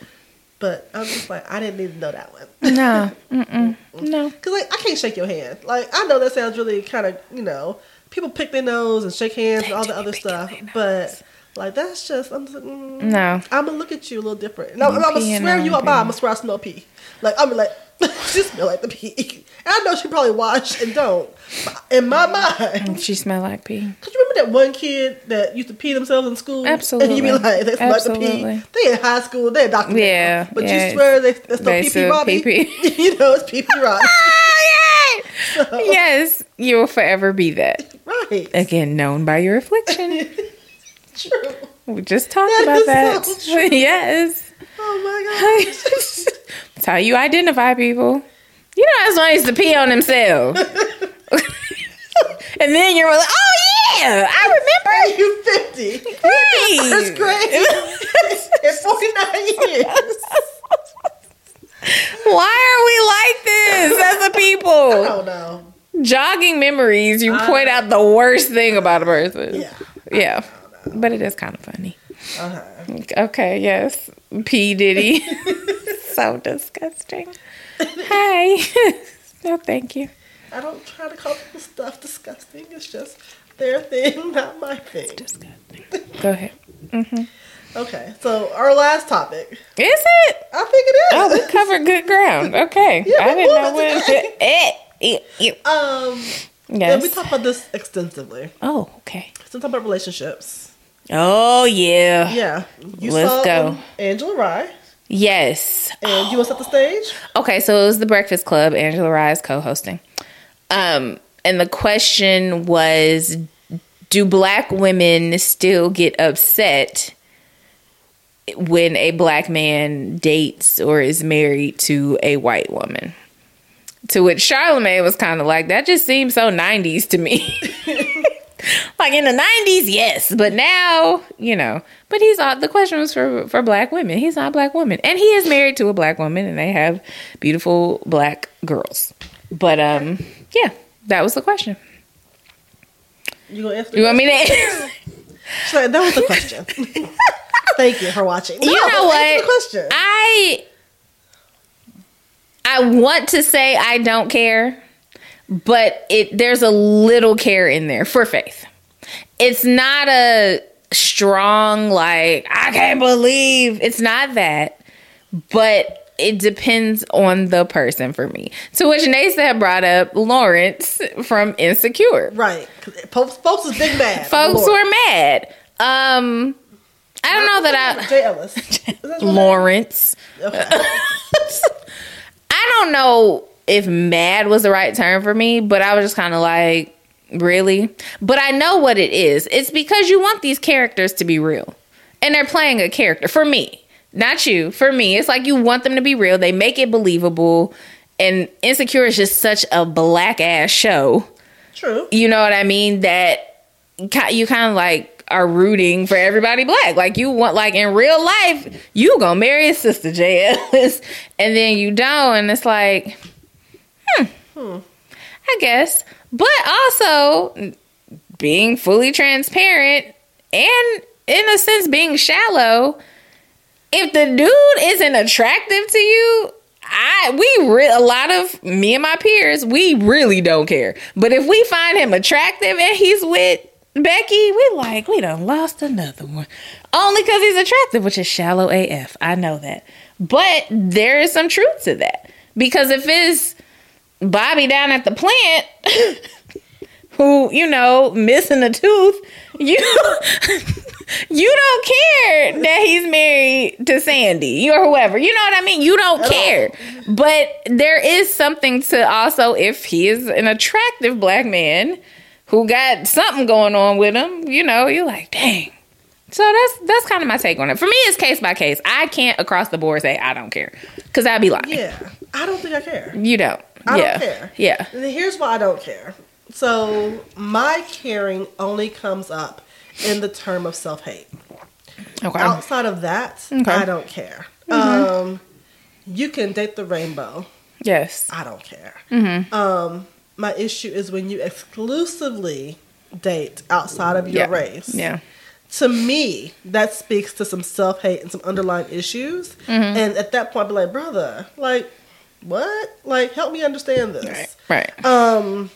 Speaker 2: But I'm just like, I didn't need to know that one.
Speaker 3: *laughs* No. Mm-mm. No.
Speaker 2: Cause like I can't shake your hand. Like I know that sounds really kind of you know people pick their nose and shake hands
Speaker 3: They
Speaker 2: and all
Speaker 3: do
Speaker 2: the other
Speaker 3: pick their
Speaker 2: stuff,
Speaker 3: nose.
Speaker 2: but like that's just I'm just, like, mm,
Speaker 3: No.
Speaker 2: I'm gonna look at you a little different. And I'm,
Speaker 3: You
Speaker 2: I'm gonna
Speaker 3: peeing
Speaker 2: swear
Speaker 3: on
Speaker 2: you up. I'm
Speaker 3: people.
Speaker 2: gonna swear I smell pee. Like I'm like *laughs* she smell like the pee. And I know she probably washed and don't. But in my mind,
Speaker 3: She smelled like pee.
Speaker 2: cause you remember that one kid that used to pee themselves in school. And you'd
Speaker 3: Absolutely.
Speaker 2: be like, they smell like the pee.
Speaker 3: Absolutely.
Speaker 2: They in high school. They a doctor. now.
Speaker 3: Yeah,
Speaker 2: But
Speaker 3: yeah,
Speaker 2: you swear they, they
Speaker 3: they
Speaker 2: still pee pee
Speaker 3: still
Speaker 2: Robbie. *laughs*
Speaker 3: pee-pee.
Speaker 2: you know it's pee pee
Speaker 3: *laughs*
Speaker 2: Robbie.
Speaker 3: Oh, yeah.
Speaker 2: *laughs*
Speaker 3: Yes. You will forever be that.
Speaker 2: Right.
Speaker 3: Again, known by your affliction.
Speaker 2: *laughs* True.
Speaker 3: We just talked
Speaker 2: That
Speaker 3: about
Speaker 2: is
Speaker 3: that.
Speaker 2: so true.
Speaker 3: *laughs* yes.
Speaker 2: Oh my god. *laughs*
Speaker 3: That's how you identify people. You know, that's why it's to pee on themselves.
Speaker 2: *laughs*
Speaker 3: *laughs* and then you're like, oh yeah, I
Speaker 2: you
Speaker 3: *laughs*
Speaker 2: 50.
Speaker 3: remember.
Speaker 2: First grade.
Speaker 3: *laughs*
Speaker 2: In 49 years.
Speaker 3: Why are we like this as a
Speaker 2: I
Speaker 3: people?
Speaker 2: don't know.
Speaker 3: Uh-huh. Jogging memories, you
Speaker 2: I-
Speaker 3: point out the worst thing about a person.
Speaker 2: Yeah.
Speaker 3: Yeah. But it is kind of funny.
Speaker 2: Uh-huh.
Speaker 3: Okay, yes.
Speaker 2: *laughs*
Speaker 3: P. Diddy. so disgusting. Hi. *laughs* no, thank you.
Speaker 2: I don't try to call people stuff disgusting. It's just their thing, *laughs* not my thing.
Speaker 3: Disgusting. Go ahead.
Speaker 2: Okay, so our last topic.
Speaker 3: Is it?
Speaker 2: I think it is.
Speaker 3: Oh, we covered good ground. Okay.
Speaker 2: Yeah,
Speaker 3: I
Speaker 2: we
Speaker 3: didn't know
Speaker 2: moving
Speaker 3: what
Speaker 2: today.
Speaker 3: Eh, eh, *laughs* eh.
Speaker 2: um, and we
Speaker 3: Yes.
Speaker 2: talk about this extensively.
Speaker 3: Oh, okay.
Speaker 2: So talk about relationships.
Speaker 3: Oh, yeah.
Speaker 2: Yeah, you
Speaker 3: Let's
Speaker 2: saw
Speaker 3: go.
Speaker 2: um, Angela Rye,
Speaker 3: Yes.
Speaker 2: and you want to set the stage?
Speaker 3: Okay, so it was the Breakfast Club, Angela Rye is co-hosting. Um, and the question was do black women still get upset when a black man dates or is married to a white woman? To which Charlemagne was kind of like, that just seems so 90s to me. *laughs* like in the 90s, yes, but now, you know. But he's all the question was for for black women. He's not a black woman. And he is married to a black woman and they have beautiful black girls. But um yeah, that was the question.
Speaker 2: You gonna answer?
Speaker 3: You want me to answer?
Speaker 2: She's like, that was the question.
Speaker 3: *laughs*
Speaker 2: Thank you for watching. No,
Speaker 3: you
Speaker 2: answer
Speaker 3: know what?
Speaker 2: The question.
Speaker 3: I I want to say I don't care, but it there's a little care in there for faith. It's not a strong like I can't believe. It's not that, but it depends on the person for me. To which Nace had brought up Lawrence from Insecure
Speaker 2: Right. 'Cause Folks, folks is big mad.
Speaker 3: folks were mad. Um, I don't know
Speaker 2: *laughs*
Speaker 3: that
Speaker 2: Jay
Speaker 3: *laughs*
Speaker 2: Ellis. Is that his
Speaker 3: I
Speaker 2: name?
Speaker 3: Lawrence.
Speaker 2: Okay.
Speaker 3: *laughs* I don't know if mad was the right term for me, but I was just kind of like, really? But I know what it is. It's because you want these characters to be real. And they're playing a character for me, not you. For me, it's like you want them to be real. They make it believable. And Insecure is just such a black ass show.
Speaker 2: True.
Speaker 3: you know what I mean? That ki- you kind of like are rooting for everybody black. Like you want, like in real life, you gonna marry a sister *laughs* J Ellis, and then you don't, and it's like, hmm, I guess. But also being fully transparent and in a sense being shallow. If the dude isn't attractive to you, I we re- a lot of me and my peers we really don't care. But if we find him attractive and he's with Becky, we like, we done lost another one. Only because he's attractive, which is shallow AF. I know that. But there is some truth to that. Because if it's Bobby down at the plant, *laughs* who, you know, missing a tooth, you *laughs* you don't care that he's married to Sandy or whoever. You know what I mean? You don't care. But there is something to also if he is an attractive black man who got something going on with him, you know, you're like, dang. So that's that's kind of my take on it. For me, it's case by case. I can't across the board say I don't care because I'd be lying.
Speaker 2: Yeah, I don't think I care.
Speaker 3: You don't.
Speaker 2: I
Speaker 3: yeah.
Speaker 2: don't care.
Speaker 3: Yeah.
Speaker 2: And here's why I don't care. So my caring only comes up in the term of self hate.
Speaker 3: Okay.
Speaker 2: Outside of that,
Speaker 3: Okay. Mm-hmm.
Speaker 2: I don't care. Um, you can date the rainbow.
Speaker 3: yes.
Speaker 2: I don't care.
Speaker 3: Mm-hmm.
Speaker 2: Um, my issue is when you exclusively date outside of your
Speaker 3: yeah.
Speaker 2: race.
Speaker 3: Yeah.
Speaker 2: To me, that speaks to some self hate and some underlying issues. And at that point, I'd be like, brother, like, what? Like, help me understand this.
Speaker 3: Right. Right.
Speaker 2: Um,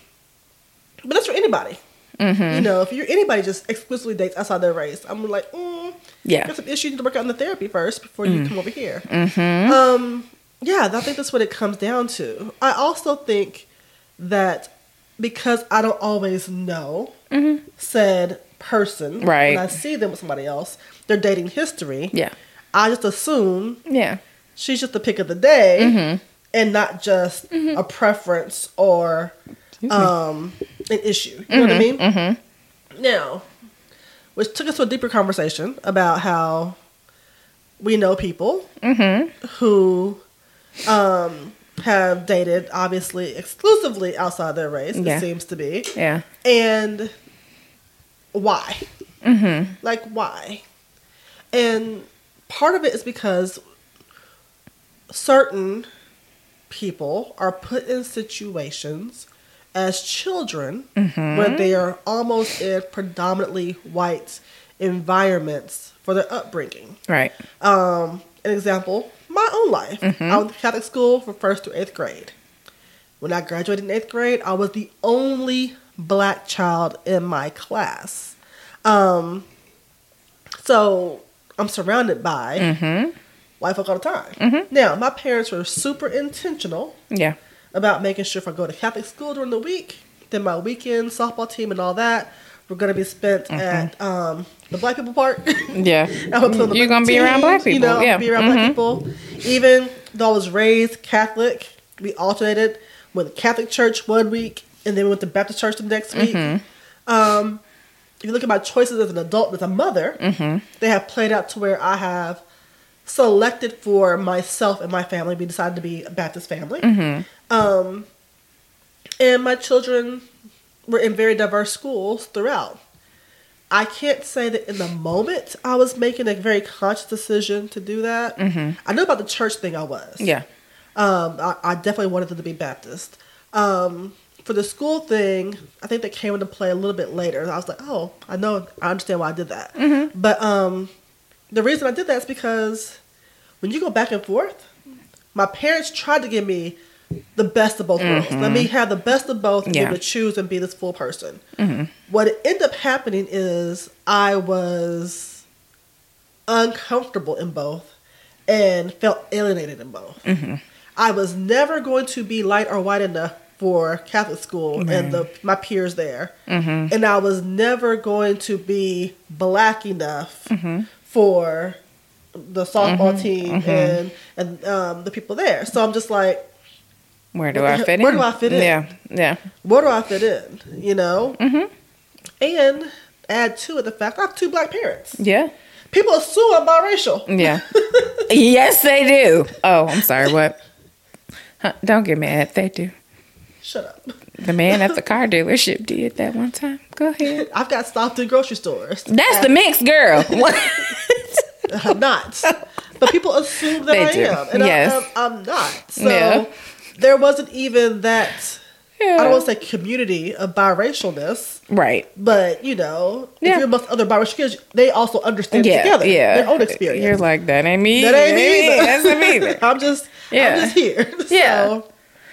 Speaker 2: but that's for anybody. You know, if you're anybody just exclusively dates outside their race, I'm like, mm,
Speaker 3: Yeah. Mm.
Speaker 2: got some issues you need to work out in the therapy first before you come over here.
Speaker 3: Mm-hmm.
Speaker 2: Um, yeah, I think that's what it comes down to. I also think that because I don't always know said person
Speaker 3: Mm-hmm. Right.
Speaker 2: when I see them with somebody else, their dating history.
Speaker 3: Yeah.
Speaker 2: I just assume
Speaker 3: Yeah.
Speaker 2: she's just the pick of the day and not just a preference or um, an issue. You know what I mean? Now, which took us to a deeper conversation about how we know people who um, have dated, obviously, exclusively outside their race,
Speaker 3: Yeah.
Speaker 2: it seems to be.
Speaker 3: Yeah.
Speaker 2: And why? Like, why? And part of it is because certain people are put in situations as children where they are almost in predominantly white environments for their upbringing.
Speaker 3: Right.
Speaker 2: Um, an example, my own life. I was in Catholic school from first to eighth grade. When I graduated in eighth grade, I was the only black child in my class. Um, so I'm surrounded by white folk all the time. Now, my parents were super intentional
Speaker 3: Yeah.
Speaker 2: about making sure if I go to Catholic school during the week, then my weekend softball team and all that were going to be spent at um, the black people park. *laughs*
Speaker 3: Yeah.
Speaker 2: I would play with
Speaker 3: You're
Speaker 2: black
Speaker 3: gonna be around black
Speaker 2: teens,
Speaker 3: people.
Speaker 2: You know,
Speaker 3: yeah. Mm-hmm.
Speaker 2: be around black people. Even though I was raised Catholic, we alternated with Catholic church one week, and then we went to Baptist church the next week.
Speaker 3: Mm-hmm.
Speaker 2: Um, if you look at my choices as an adult, as a mother,
Speaker 3: Mm-hmm.
Speaker 2: they have played out to where I have selected for myself and my family. We decided to be a Baptist family,
Speaker 3: Mm-hmm.
Speaker 2: um, and my children were in very diverse schools throughout. I can't say that in the moment I was making a very conscious decision to do that. I know about the church thing I was.
Speaker 3: Yeah.
Speaker 2: Um, I, I definitely wanted them to be Baptist. Um, for the school thing, I think that came into play a little bit later. I was like, oh, I know, I understand why I did that. But um, the reason I did that is because when you go back and forth, my parents tried to give me the best of both worlds. Let me have the best of both and
Speaker 3: Yeah.
Speaker 2: be able to choose and be this full person. What ended up happening is I was uncomfortable in both and felt alienated in both. I was never going to be light or white enough for Catholic school and the, my peers there, and I was never going to be black enough for the softball team and and um, the people there. So I'm just like,
Speaker 3: Where do
Speaker 2: Where
Speaker 3: I
Speaker 2: the-
Speaker 3: fit in?
Speaker 2: where do I fit in?
Speaker 3: Yeah. Yeah.
Speaker 2: where do I fit in? You know, and add to it the fact I have two black parents.
Speaker 3: Yeah.
Speaker 2: People assume I'm biracial. *laughs*
Speaker 3: Yeah. yes, they do. Oh, I'm sorry. What? Huh, don't get mad. They do.
Speaker 2: Shut up.
Speaker 3: The
Speaker 2: *laughs*
Speaker 3: man at the car dealership did that one time. Go ahead.
Speaker 2: I've got stopped in grocery stores.
Speaker 3: That's the mixed girl.
Speaker 2: *laughs*
Speaker 3: What?
Speaker 2: I'm not. But people assume that
Speaker 3: They
Speaker 2: I
Speaker 3: do.
Speaker 2: am, and
Speaker 3: Yes.
Speaker 2: I, I'm, I'm not. So
Speaker 3: Yeah.
Speaker 2: there wasn't even that. I
Speaker 3: Yeah.
Speaker 2: don't want to say community of biracialness,
Speaker 3: Right.
Speaker 2: but you know,
Speaker 3: Yeah.
Speaker 2: if you're amongst other biracial kids, they also understand
Speaker 3: Yeah.
Speaker 2: together
Speaker 3: yeah.
Speaker 2: their own experience.
Speaker 3: You're like that ain't me.
Speaker 2: that ain't me either.
Speaker 3: That's
Speaker 2: *laughs*
Speaker 3: me.
Speaker 2: I'm just,
Speaker 3: Yeah.
Speaker 2: I'm just here.
Speaker 3: Yeah.
Speaker 2: So,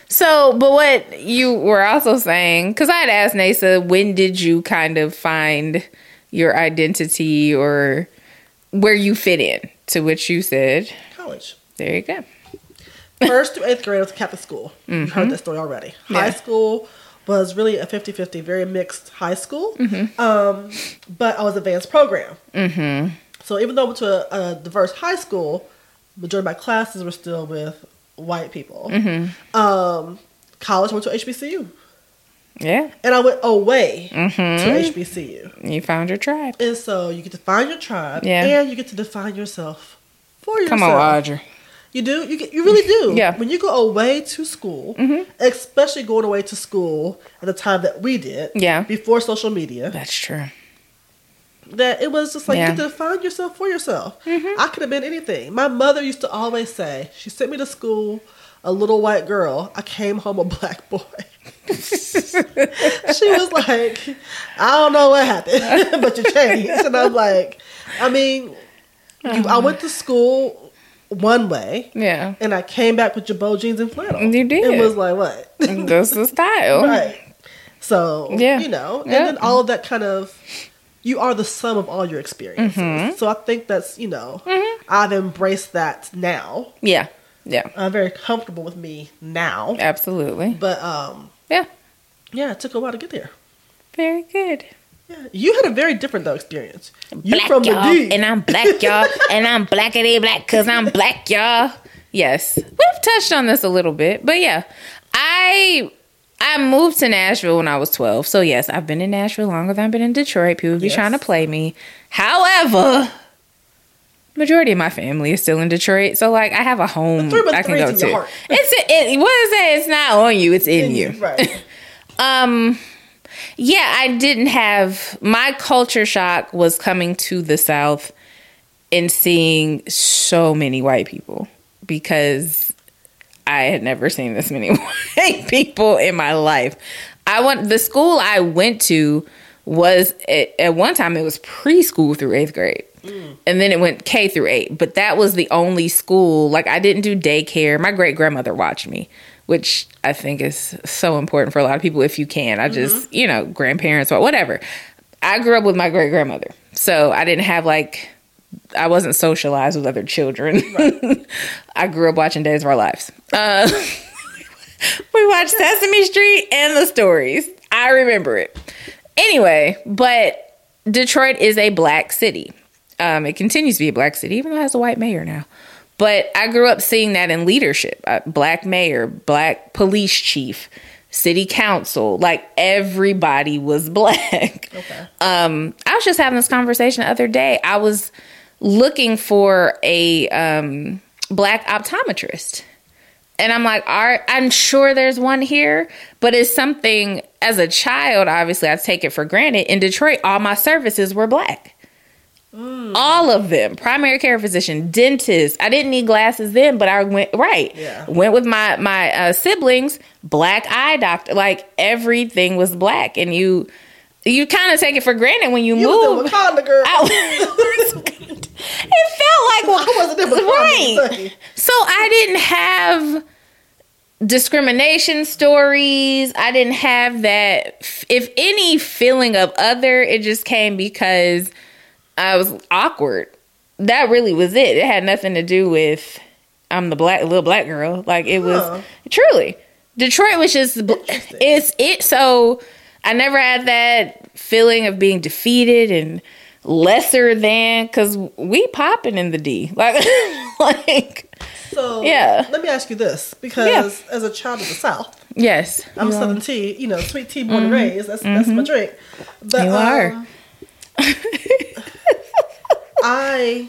Speaker 3: So, but what you were also saying, because I had asked NASA, when did you kind of find your identity or where you fit in? To which you said,
Speaker 2: College.
Speaker 3: there you go.
Speaker 2: First through eighth grade was Catholic school. You heard that story already. High
Speaker 3: Mm-hmm. Yeah.
Speaker 2: school was really a 50 50, very mixed high school.
Speaker 3: Mm-hmm.
Speaker 2: Um, but I was advanced program. Mm-hmm. So even though I went to a, a diverse high school, majority of my classes were still with white people.
Speaker 3: Mm-hmm.
Speaker 2: Um, college I went to HBCU.
Speaker 3: Yeah,
Speaker 2: And I went away
Speaker 3: Mm-hmm.
Speaker 2: to HBCU.
Speaker 3: you found your tribe.
Speaker 2: And so you get to find your tribe
Speaker 3: Yeah.
Speaker 2: and you get to define yourself for yourself.
Speaker 3: Come on, Audrey.
Speaker 2: You do. You get, you really do.
Speaker 3: Yeah. Mm-hmm.
Speaker 2: When you go away to school, especially going away to school at the time that we did,
Speaker 3: Yeah.
Speaker 2: before social media,
Speaker 3: That's true.
Speaker 2: that it was just like
Speaker 3: Yeah. Mm-hmm.
Speaker 2: you get to find yourself for yourself. I could have been anything. My mother used to always say she sent me to school a little white girl. I came home a black *laughs* boy. she was like, I don't know what happened, *laughs* but you changed. And I'm like, I mean, you,
Speaker 3: Uh-huh.
Speaker 2: I went to school one way.
Speaker 3: Yeah,
Speaker 2: And I came back with Jabot jeans and flannel.
Speaker 3: You did.
Speaker 2: It was like what? *laughs*
Speaker 3: that's the style.
Speaker 2: right. So
Speaker 3: Yeah.
Speaker 2: you know, and
Speaker 3: Yeah.
Speaker 2: then all of that kind of you are the sum of all your experiences.
Speaker 3: Mm-hmm.
Speaker 2: So I think that's you know I've embraced that now.
Speaker 3: Yeah, yeah,
Speaker 2: I'm very comfortable with me now.
Speaker 3: absolutely.
Speaker 2: But um,
Speaker 3: Yeah,
Speaker 2: yeah, it took a while to get there.
Speaker 3: very good.
Speaker 2: Yeah, you had a very different though experience. You
Speaker 3: black
Speaker 2: from
Speaker 3: y'all,
Speaker 2: the D.
Speaker 3: and I'm
Speaker 2: *laughs*
Speaker 3: black y'all, and I'm blacker than black because I'm black y'all. Yes, we've touched on this a little bit, but yeah, I I moved to Nashville when I was 12, so yes, I've been in Nashville longer than I've been in Detroit. People be
Speaker 2: Yes.
Speaker 3: trying to play me. However, majority of my family is still in Detroit, so like I have a home
Speaker 2: Three by
Speaker 3: I can
Speaker 2: three's
Speaker 3: go
Speaker 2: in your
Speaker 3: to.
Speaker 2: heart.
Speaker 3: It's it, what is that? It's not on you. It's in, you. *laughs*
Speaker 2: right?
Speaker 3: Um yeah, I didn't have my culture shock was coming to the south and seeing so many white people because I had never seen this many *laughs* white people in my life. I went the school I went to was at, at one time it was preschool through 8th grade. And then it went K through 8, but that was the only school like I didn't do daycare. My great grandmother watched me, which I think is so important for a lot of people if you can. I just, you know, grandparents or whatever. I grew up with my great grandmother. So I didn't have like I wasn't socialized with other children. *laughs* I grew up watching Days of Our Lives. Uh, we watched Sesame Street and the stories. I remember it. Anyway, but Detroit is a black city. Um, it continues to be a black city, even though it has a white mayor now. But I grew up seeing that in leadership uh, black mayor, black police chief, city council. Like everybody was *laughs* black
Speaker 2: Okay.
Speaker 3: um i was just having this conversation the other day i was looking for a um black optometrist and i'm like all right i'm sure there's one here but it's something as a child obviously i take it for granted in detroit all my services were black
Speaker 2: Mm.
Speaker 3: all of them primary care physician dentist i didn't need glasses then but i went right
Speaker 2: Yeah.
Speaker 3: went with my my uh, siblings black eye doctor like everything was black and you you kind of take it for granted when you,
Speaker 2: You was
Speaker 3: move
Speaker 2: in Wakanda, girl.
Speaker 3: out *laughs* it felt
Speaker 2: *laughs*
Speaker 3: like
Speaker 2: I wasn't in Wakanda,
Speaker 3: Right.
Speaker 2: Kentucky.
Speaker 3: so I didn't have discrimination stories. I didn't have that, if any, feeling of other. It just came because I was awkward. That really was it. It had nothing to do with I'm the black little black girl. Like it
Speaker 2: Huh.
Speaker 3: was truly Detroit was just bl-
Speaker 2: Interesting.
Speaker 3: it's it. So I never had that feeling of being defeated and lesser than because we popping in the D *laughs* like like
Speaker 2: So
Speaker 3: Yeah.
Speaker 2: let me ask you this because as a child of the South,
Speaker 3: Yes.
Speaker 2: I'm Southern tea, you know, sweet tea born and raised. That's that's my drink. But
Speaker 3: Mm-hmm. You are.
Speaker 2: um, I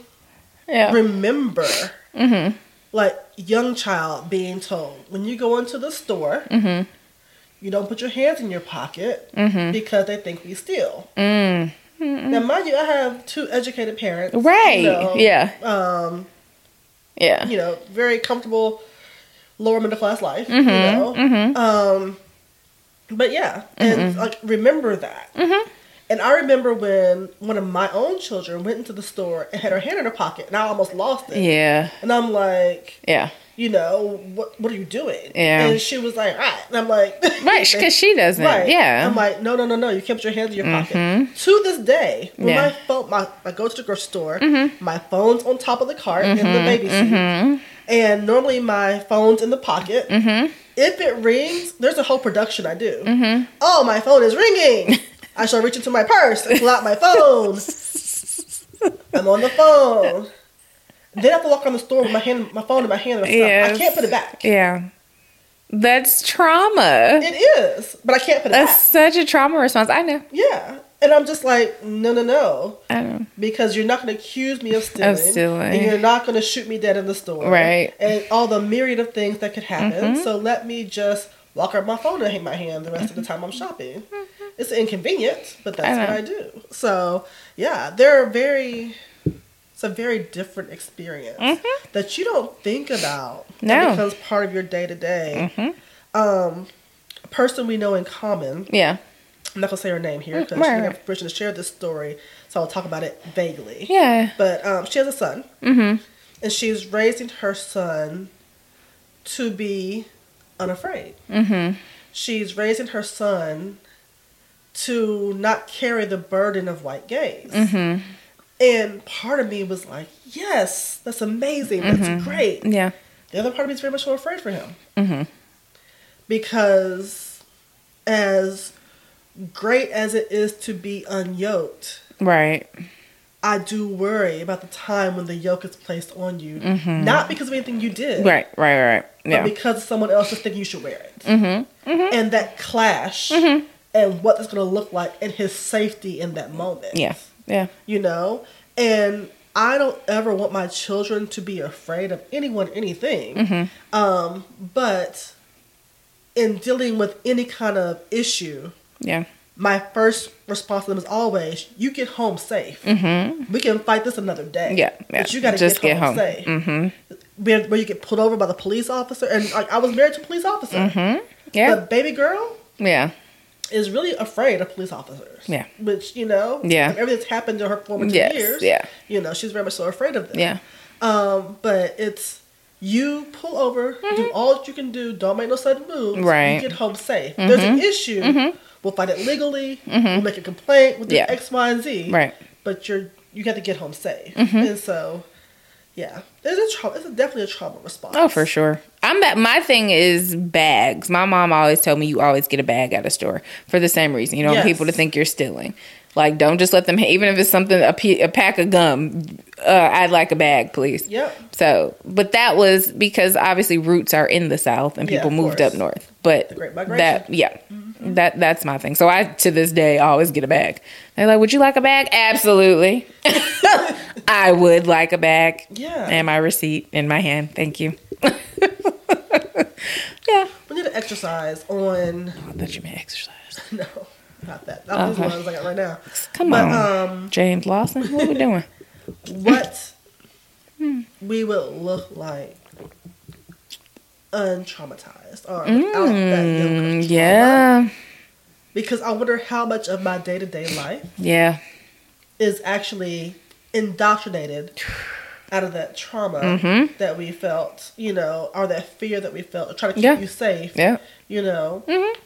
Speaker 3: Yeah.
Speaker 2: remember
Speaker 3: Mm-hmm.
Speaker 2: like young child being told when you go into the store,
Speaker 3: Mm-hmm.
Speaker 2: you don't put your hands in your pocket because they think we steal.
Speaker 3: Mm.
Speaker 2: Now, mind you, I have two educated parents, you
Speaker 3: right.
Speaker 2: know,
Speaker 3: yeah.
Speaker 2: Um,
Speaker 3: Yeah.
Speaker 2: you know, very comfortable lower middle class life, you
Speaker 3: Mm-hmm, Mm-hmm.
Speaker 2: know. Um, but yeah, and like remember that. And I remember when one of my own children went into the store and had her hand in her pocket, and I almost lost it.
Speaker 3: Yeah.
Speaker 2: And I'm like,
Speaker 3: Yeah.
Speaker 2: you know, what what are you doing?
Speaker 3: Yeah.
Speaker 2: And she was like, all right. And I'm like, *laughs*
Speaker 3: Right. Because she doesn't.
Speaker 2: Right.
Speaker 3: Yeah. Mm-hmm.
Speaker 2: I'm like, no, no, no, no. You kept your hands in your pocket. To this day, when
Speaker 3: Yeah. Mm-hmm.
Speaker 2: my phone, my, I go to the grocery store, my phone's on top of the cart in the baby seat, and normally my phone's in the pocket.
Speaker 3: Mm-hmm.
Speaker 2: If it rings, there's a whole production I do. Oh, my phone is ringing. I shall reach into my purse and pull out my phone. I'm on the phone. Then I have to walk around the store with my hand, my phone in my hand. And I,
Speaker 3: Yes.
Speaker 2: I can't put it back.
Speaker 3: yeah. That's trauma.
Speaker 2: It is, but I can't put it
Speaker 3: That's
Speaker 2: back.
Speaker 3: such a trauma response. I know.
Speaker 2: Yeah. And I'm just like, no, no, no.
Speaker 3: I know.
Speaker 2: Because you're not going to accuse
Speaker 3: *laughs*
Speaker 2: me of stealing.
Speaker 3: stealing.
Speaker 2: And you're not going to shoot me dead in the store.
Speaker 3: Right. Mm-hmm.
Speaker 2: And all the myriad of things that could happen. So let me just walk around my phone and hang my hand the rest of the time I'm shopping. It's inconvenient, but that's
Speaker 3: Mm-hmm. I
Speaker 2: what
Speaker 3: know.
Speaker 2: I do. So, yeah, they're very, it's a very different experience that you don't think about.
Speaker 3: Mm-hmm. No. Mm-hmm.
Speaker 2: That becomes part of your day to day. Um, a person we know in common.
Speaker 3: Yeah.
Speaker 2: I'm not gonna say her name here because
Speaker 3: Mm, right,
Speaker 2: she didn't
Speaker 3: right.
Speaker 2: have permission to share this story, so I'll talk about it vaguely.
Speaker 3: Yeah.
Speaker 2: But um, she has a son,
Speaker 3: Mm-hmm.
Speaker 2: and she's raising her son to be unafraid.
Speaker 3: Mm-hmm.
Speaker 2: She's raising her son to not carry the burden of white gaze.
Speaker 3: Mm-hmm.
Speaker 2: And part of me was like, yes, that's amazing,
Speaker 3: Mm-hmm.
Speaker 2: that's great.
Speaker 3: Yeah.
Speaker 2: The other part of me is very much so afraid for him.
Speaker 3: Mhm.
Speaker 2: Because as great as it is to be unyoked,
Speaker 3: Right.
Speaker 2: I do worry about the time when the yoke is placed on you, not because of anything you did,
Speaker 3: Mm-hmm. Right. Right. Right.
Speaker 2: but
Speaker 3: Yeah.
Speaker 2: because someone else is thinking you should wear it,
Speaker 3: Mm-hmm. Mm-hmm.
Speaker 2: and that clash and what that's going to look like, and his safety in that moment.
Speaker 3: Yeah. Yeah.
Speaker 2: you know, and I don't ever want my children to be afraid of anyone, anything.
Speaker 3: Mm-hmm.
Speaker 2: Um, but in dealing with any kind of issue,
Speaker 3: Yeah.
Speaker 2: my first response to them is always, "You get home safe. We can fight this another day.
Speaker 3: Mm-hmm. Yeah. Yeah.
Speaker 2: but you got to
Speaker 3: Just
Speaker 2: get,
Speaker 3: get
Speaker 2: home,
Speaker 3: home. Mm-hmm.
Speaker 2: safe. Where, where you get pulled over by the police officer, and like I was married to a police officer.
Speaker 3: Mm-hmm. Yeah.
Speaker 2: But baby girl
Speaker 3: Yeah.
Speaker 2: is really afraid of police officers.
Speaker 3: Yeah.
Speaker 2: which you know,
Speaker 3: Yeah.
Speaker 2: like, everything's happened in her formative
Speaker 3: Yes,
Speaker 2: years.
Speaker 3: yeah.
Speaker 2: you know, she's very much so afraid of them.
Speaker 3: Yeah.
Speaker 2: Um, but it's you pull over, do all that you can do, don't make no sudden moves.
Speaker 3: Mm-hmm. Right. Mm-hmm.
Speaker 2: You get home safe. If There's an issue. We'll fight it legally. We'll make a complaint. We'll do
Speaker 3: Yeah.
Speaker 2: X, Y, and Z.
Speaker 3: Right. Mm-hmm.
Speaker 2: But you're you got to get home safe. And so, yeah, there's a trauma. It's a, definitely a trauma response.
Speaker 3: Oh, for sure. I'm ba- my thing is bags. My mom always told me you always get a bag at a store for the same reason. You don't want
Speaker 2: Yes.
Speaker 3: people to think you're stealing. Like, don't just let them. Even if it's something a, pe- a pack of gum, uh, I'd like a bag, please.
Speaker 2: Yep.
Speaker 3: So, but that was because obviously roots are in the South and
Speaker 2: Yeah,
Speaker 3: people
Speaker 2: of
Speaker 3: moved
Speaker 2: course.
Speaker 3: up north. But
Speaker 2: Great Migration. Mm-hmm.
Speaker 3: that yeah, that that's my thing. So I to this day always get a bag. They're like, "Would you like a bag?" Absolutely, I would like a bag.
Speaker 2: Yeah.
Speaker 3: and my receipt in my hand. Thank you. *laughs* yeah,
Speaker 2: We need to exercise on *laughs*
Speaker 3: I thought you meant exercise.
Speaker 2: no, not that. Not these
Speaker 3: Okay.
Speaker 2: ones I got right now.
Speaker 3: Come
Speaker 2: But,
Speaker 3: on,
Speaker 2: um,
Speaker 3: James Lawson. What are
Speaker 2: *laughs*
Speaker 3: we doing?
Speaker 2: What we would look like untraumatized or without that yoke of
Speaker 3: Mm,
Speaker 2: trauma.
Speaker 3: yeah,
Speaker 2: because I wonder how much of my day to day life
Speaker 3: yeah,
Speaker 2: is actually indoctrinated out of that trauma that we felt, you know, or that fear that we felt, trying to keep
Speaker 3: Yeah.
Speaker 2: you safe,
Speaker 3: yeah.
Speaker 2: you know.
Speaker 3: Mm-hmm.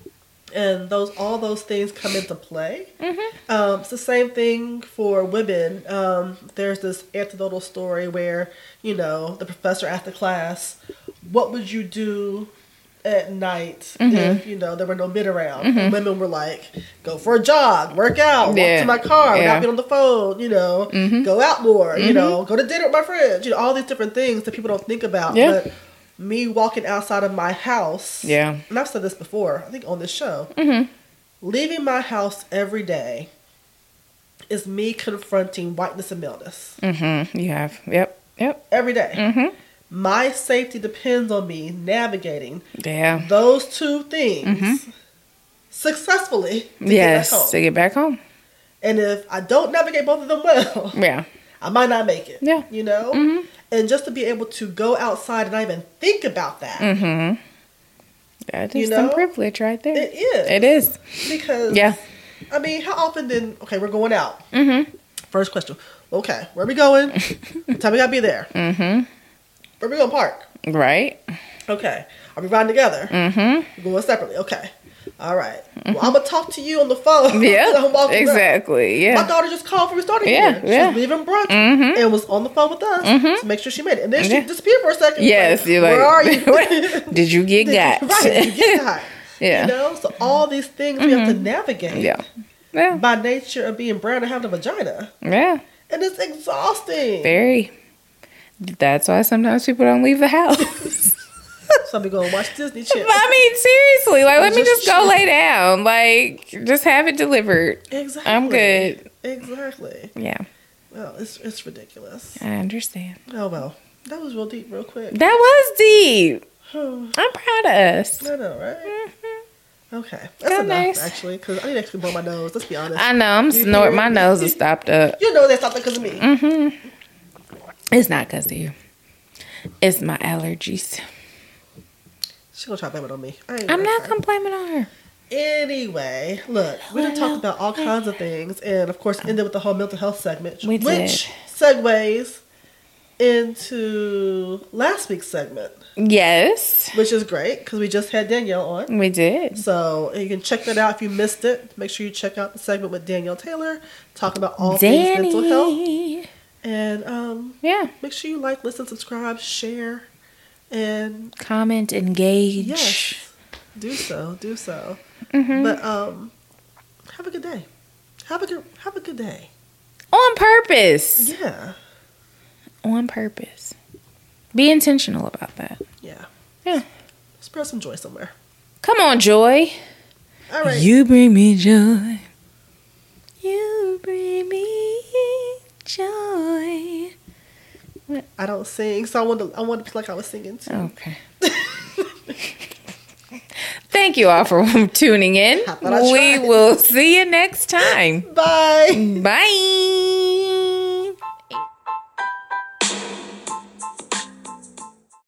Speaker 2: And those all those things come into play.
Speaker 3: Mm-hmm.
Speaker 2: Um, it's the same thing for women. Um, there's this anecdotal story where you know the professor asked the class, "What would you do at night
Speaker 3: Mm-hmm.
Speaker 2: if you know there were no men around?" And women were like, "Go for a jog, work out, walk
Speaker 3: Yeah.
Speaker 2: to my car
Speaker 3: Yeah. Mm-hmm.
Speaker 2: without being on the phone, you know, go out more, you know, go to dinner with my friends, you know, all these different things that people don't think about."
Speaker 3: Yeah.
Speaker 2: But me walking outside of my house,
Speaker 3: Yeah. Mm-hmm.
Speaker 2: and I've said this before, I think on this show, leaving my house every day is me confronting whiteness and maleness
Speaker 3: Mm-hmm. You have. Yep. Yep.
Speaker 2: every day.
Speaker 3: Mhm.
Speaker 2: My safety depends on me navigating
Speaker 3: Yeah.
Speaker 2: those two things successfully. To yes.
Speaker 3: Mm-hmm. yes. To get back home.
Speaker 2: And if I don't navigate both of them well, *laughs*
Speaker 3: Yeah.
Speaker 2: I might not make it.
Speaker 3: Yeah. Mm-hmm.
Speaker 2: You know? And just to be able to go outside and not even think about that,
Speaker 3: That
Speaker 2: You
Speaker 3: Mm-hmm. is some
Speaker 2: know?
Speaker 3: privilege right there.
Speaker 2: it is.
Speaker 3: It is.
Speaker 2: Because
Speaker 3: Yeah.
Speaker 2: I mean, how often then? Okay, we're going out. Mm-hmm. First question. Okay, where we
Speaker 3: *laughs*
Speaker 2: going? what time we gotta be there? Mm-hmm. Where we gonna park? *laughs*
Speaker 3: Right?
Speaker 2: Okay. Are we riding together? Mm-hmm. We're going separately. Okay. All right. Well, I'm gonna talk to you on the phone. *laughs*
Speaker 3: Mm-hmm. Yeah.
Speaker 2: I'm walking up.
Speaker 3: exactly.
Speaker 2: My
Speaker 3: Yeah.
Speaker 2: daughter just called from the starting
Speaker 3: Yeah,
Speaker 2: here.
Speaker 3: yeah. Mm-hmm.
Speaker 2: She was leaving brunch and was on the phone with us to make sure she made it. And then
Speaker 3: Yeah.
Speaker 2: she disappeared for a second.
Speaker 3: Yes,
Speaker 2: Like,
Speaker 3: you're like,
Speaker 2: where are
Speaker 3: *laughs*
Speaker 2: you? *laughs*
Speaker 3: Did you get got?
Speaker 2: right. You get hot.
Speaker 3: *laughs* Yeah. Mm-hmm.
Speaker 2: You know, so all these things we have to navigate
Speaker 3: Yeah. Yeah.
Speaker 2: by nature of being brown and having a vagina.
Speaker 3: Yeah.
Speaker 2: And it's exhausting. *laughs*
Speaker 3: Very. That's why sometimes people don't leave
Speaker 2: *laughs*
Speaker 3: the house. *laughs*
Speaker 2: So we going to watch Disney Channel.
Speaker 3: I mean, seriously, like, let me
Speaker 2: Just
Speaker 3: just go
Speaker 2: chill.
Speaker 3: lay down. Like, just have it delivered.
Speaker 2: Exactly.
Speaker 3: I'm good.
Speaker 2: Exactly.
Speaker 3: Yeah,
Speaker 2: Well, it's, it's ridiculous.
Speaker 3: I understand.
Speaker 2: Oh, well. That was real deep, real quick. *sighs*
Speaker 3: That was deep.
Speaker 2: I
Speaker 3: I'm proud of us. Mm-hmm.
Speaker 2: know, right? Okay. That's
Speaker 3: Kinda
Speaker 2: enough,
Speaker 3: nice.
Speaker 2: actually, because I need to actually blow my nose. Let's be honest.
Speaker 3: I know, I'm snort. My
Speaker 2: *laughs*
Speaker 3: nose Mm. is stopped up.
Speaker 2: You know that's not because of me.
Speaker 3: It's not because of you, it's my allergies.
Speaker 2: She gonna try to blame it on me. I ain't gonna
Speaker 3: I'm not
Speaker 2: try.
Speaker 3: complaining on her.
Speaker 2: Anyway, look, we done talked about all kinds of things, and of course, ended with the whole mental health segment,
Speaker 3: We did.
Speaker 2: which segues into last week's segment,
Speaker 3: Yes,
Speaker 2: which is great because we just had Danielle on.
Speaker 3: we did.
Speaker 2: So you can check that out if you missed it. Make sure you check out the segment with Danielle Taylor talking about all things mental health.
Speaker 3: Danny.
Speaker 2: And um,
Speaker 3: Yeah.
Speaker 2: make sure you like, listen, subscribe, share, and
Speaker 3: Comment, engage.
Speaker 2: Yes. Do so. Do so.
Speaker 3: Mm-hmm.
Speaker 2: But um, have a good day. Have a good. Have a good day.
Speaker 3: On purpose.
Speaker 2: Yeah.
Speaker 3: On purpose. Be intentional about that.
Speaker 2: Yeah.
Speaker 3: Yeah.
Speaker 2: Spread some joy somewhere.
Speaker 3: Come on, Joy.
Speaker 2: All right.
Speaker 3: You bring me joy. You bring me joy.
Speaker 2: I don't sing, so I want to. I want to feel like I was singing too.
Speaker 3: Okay. *laughs* Thank you all for *laughs* tuning in.
Speaker 2: I thought I
Speaker 3: We
Speaker 2: tried.
Speaker 3: will see you next time.
Speaker 2: Bye.
Speaker 3: Bye.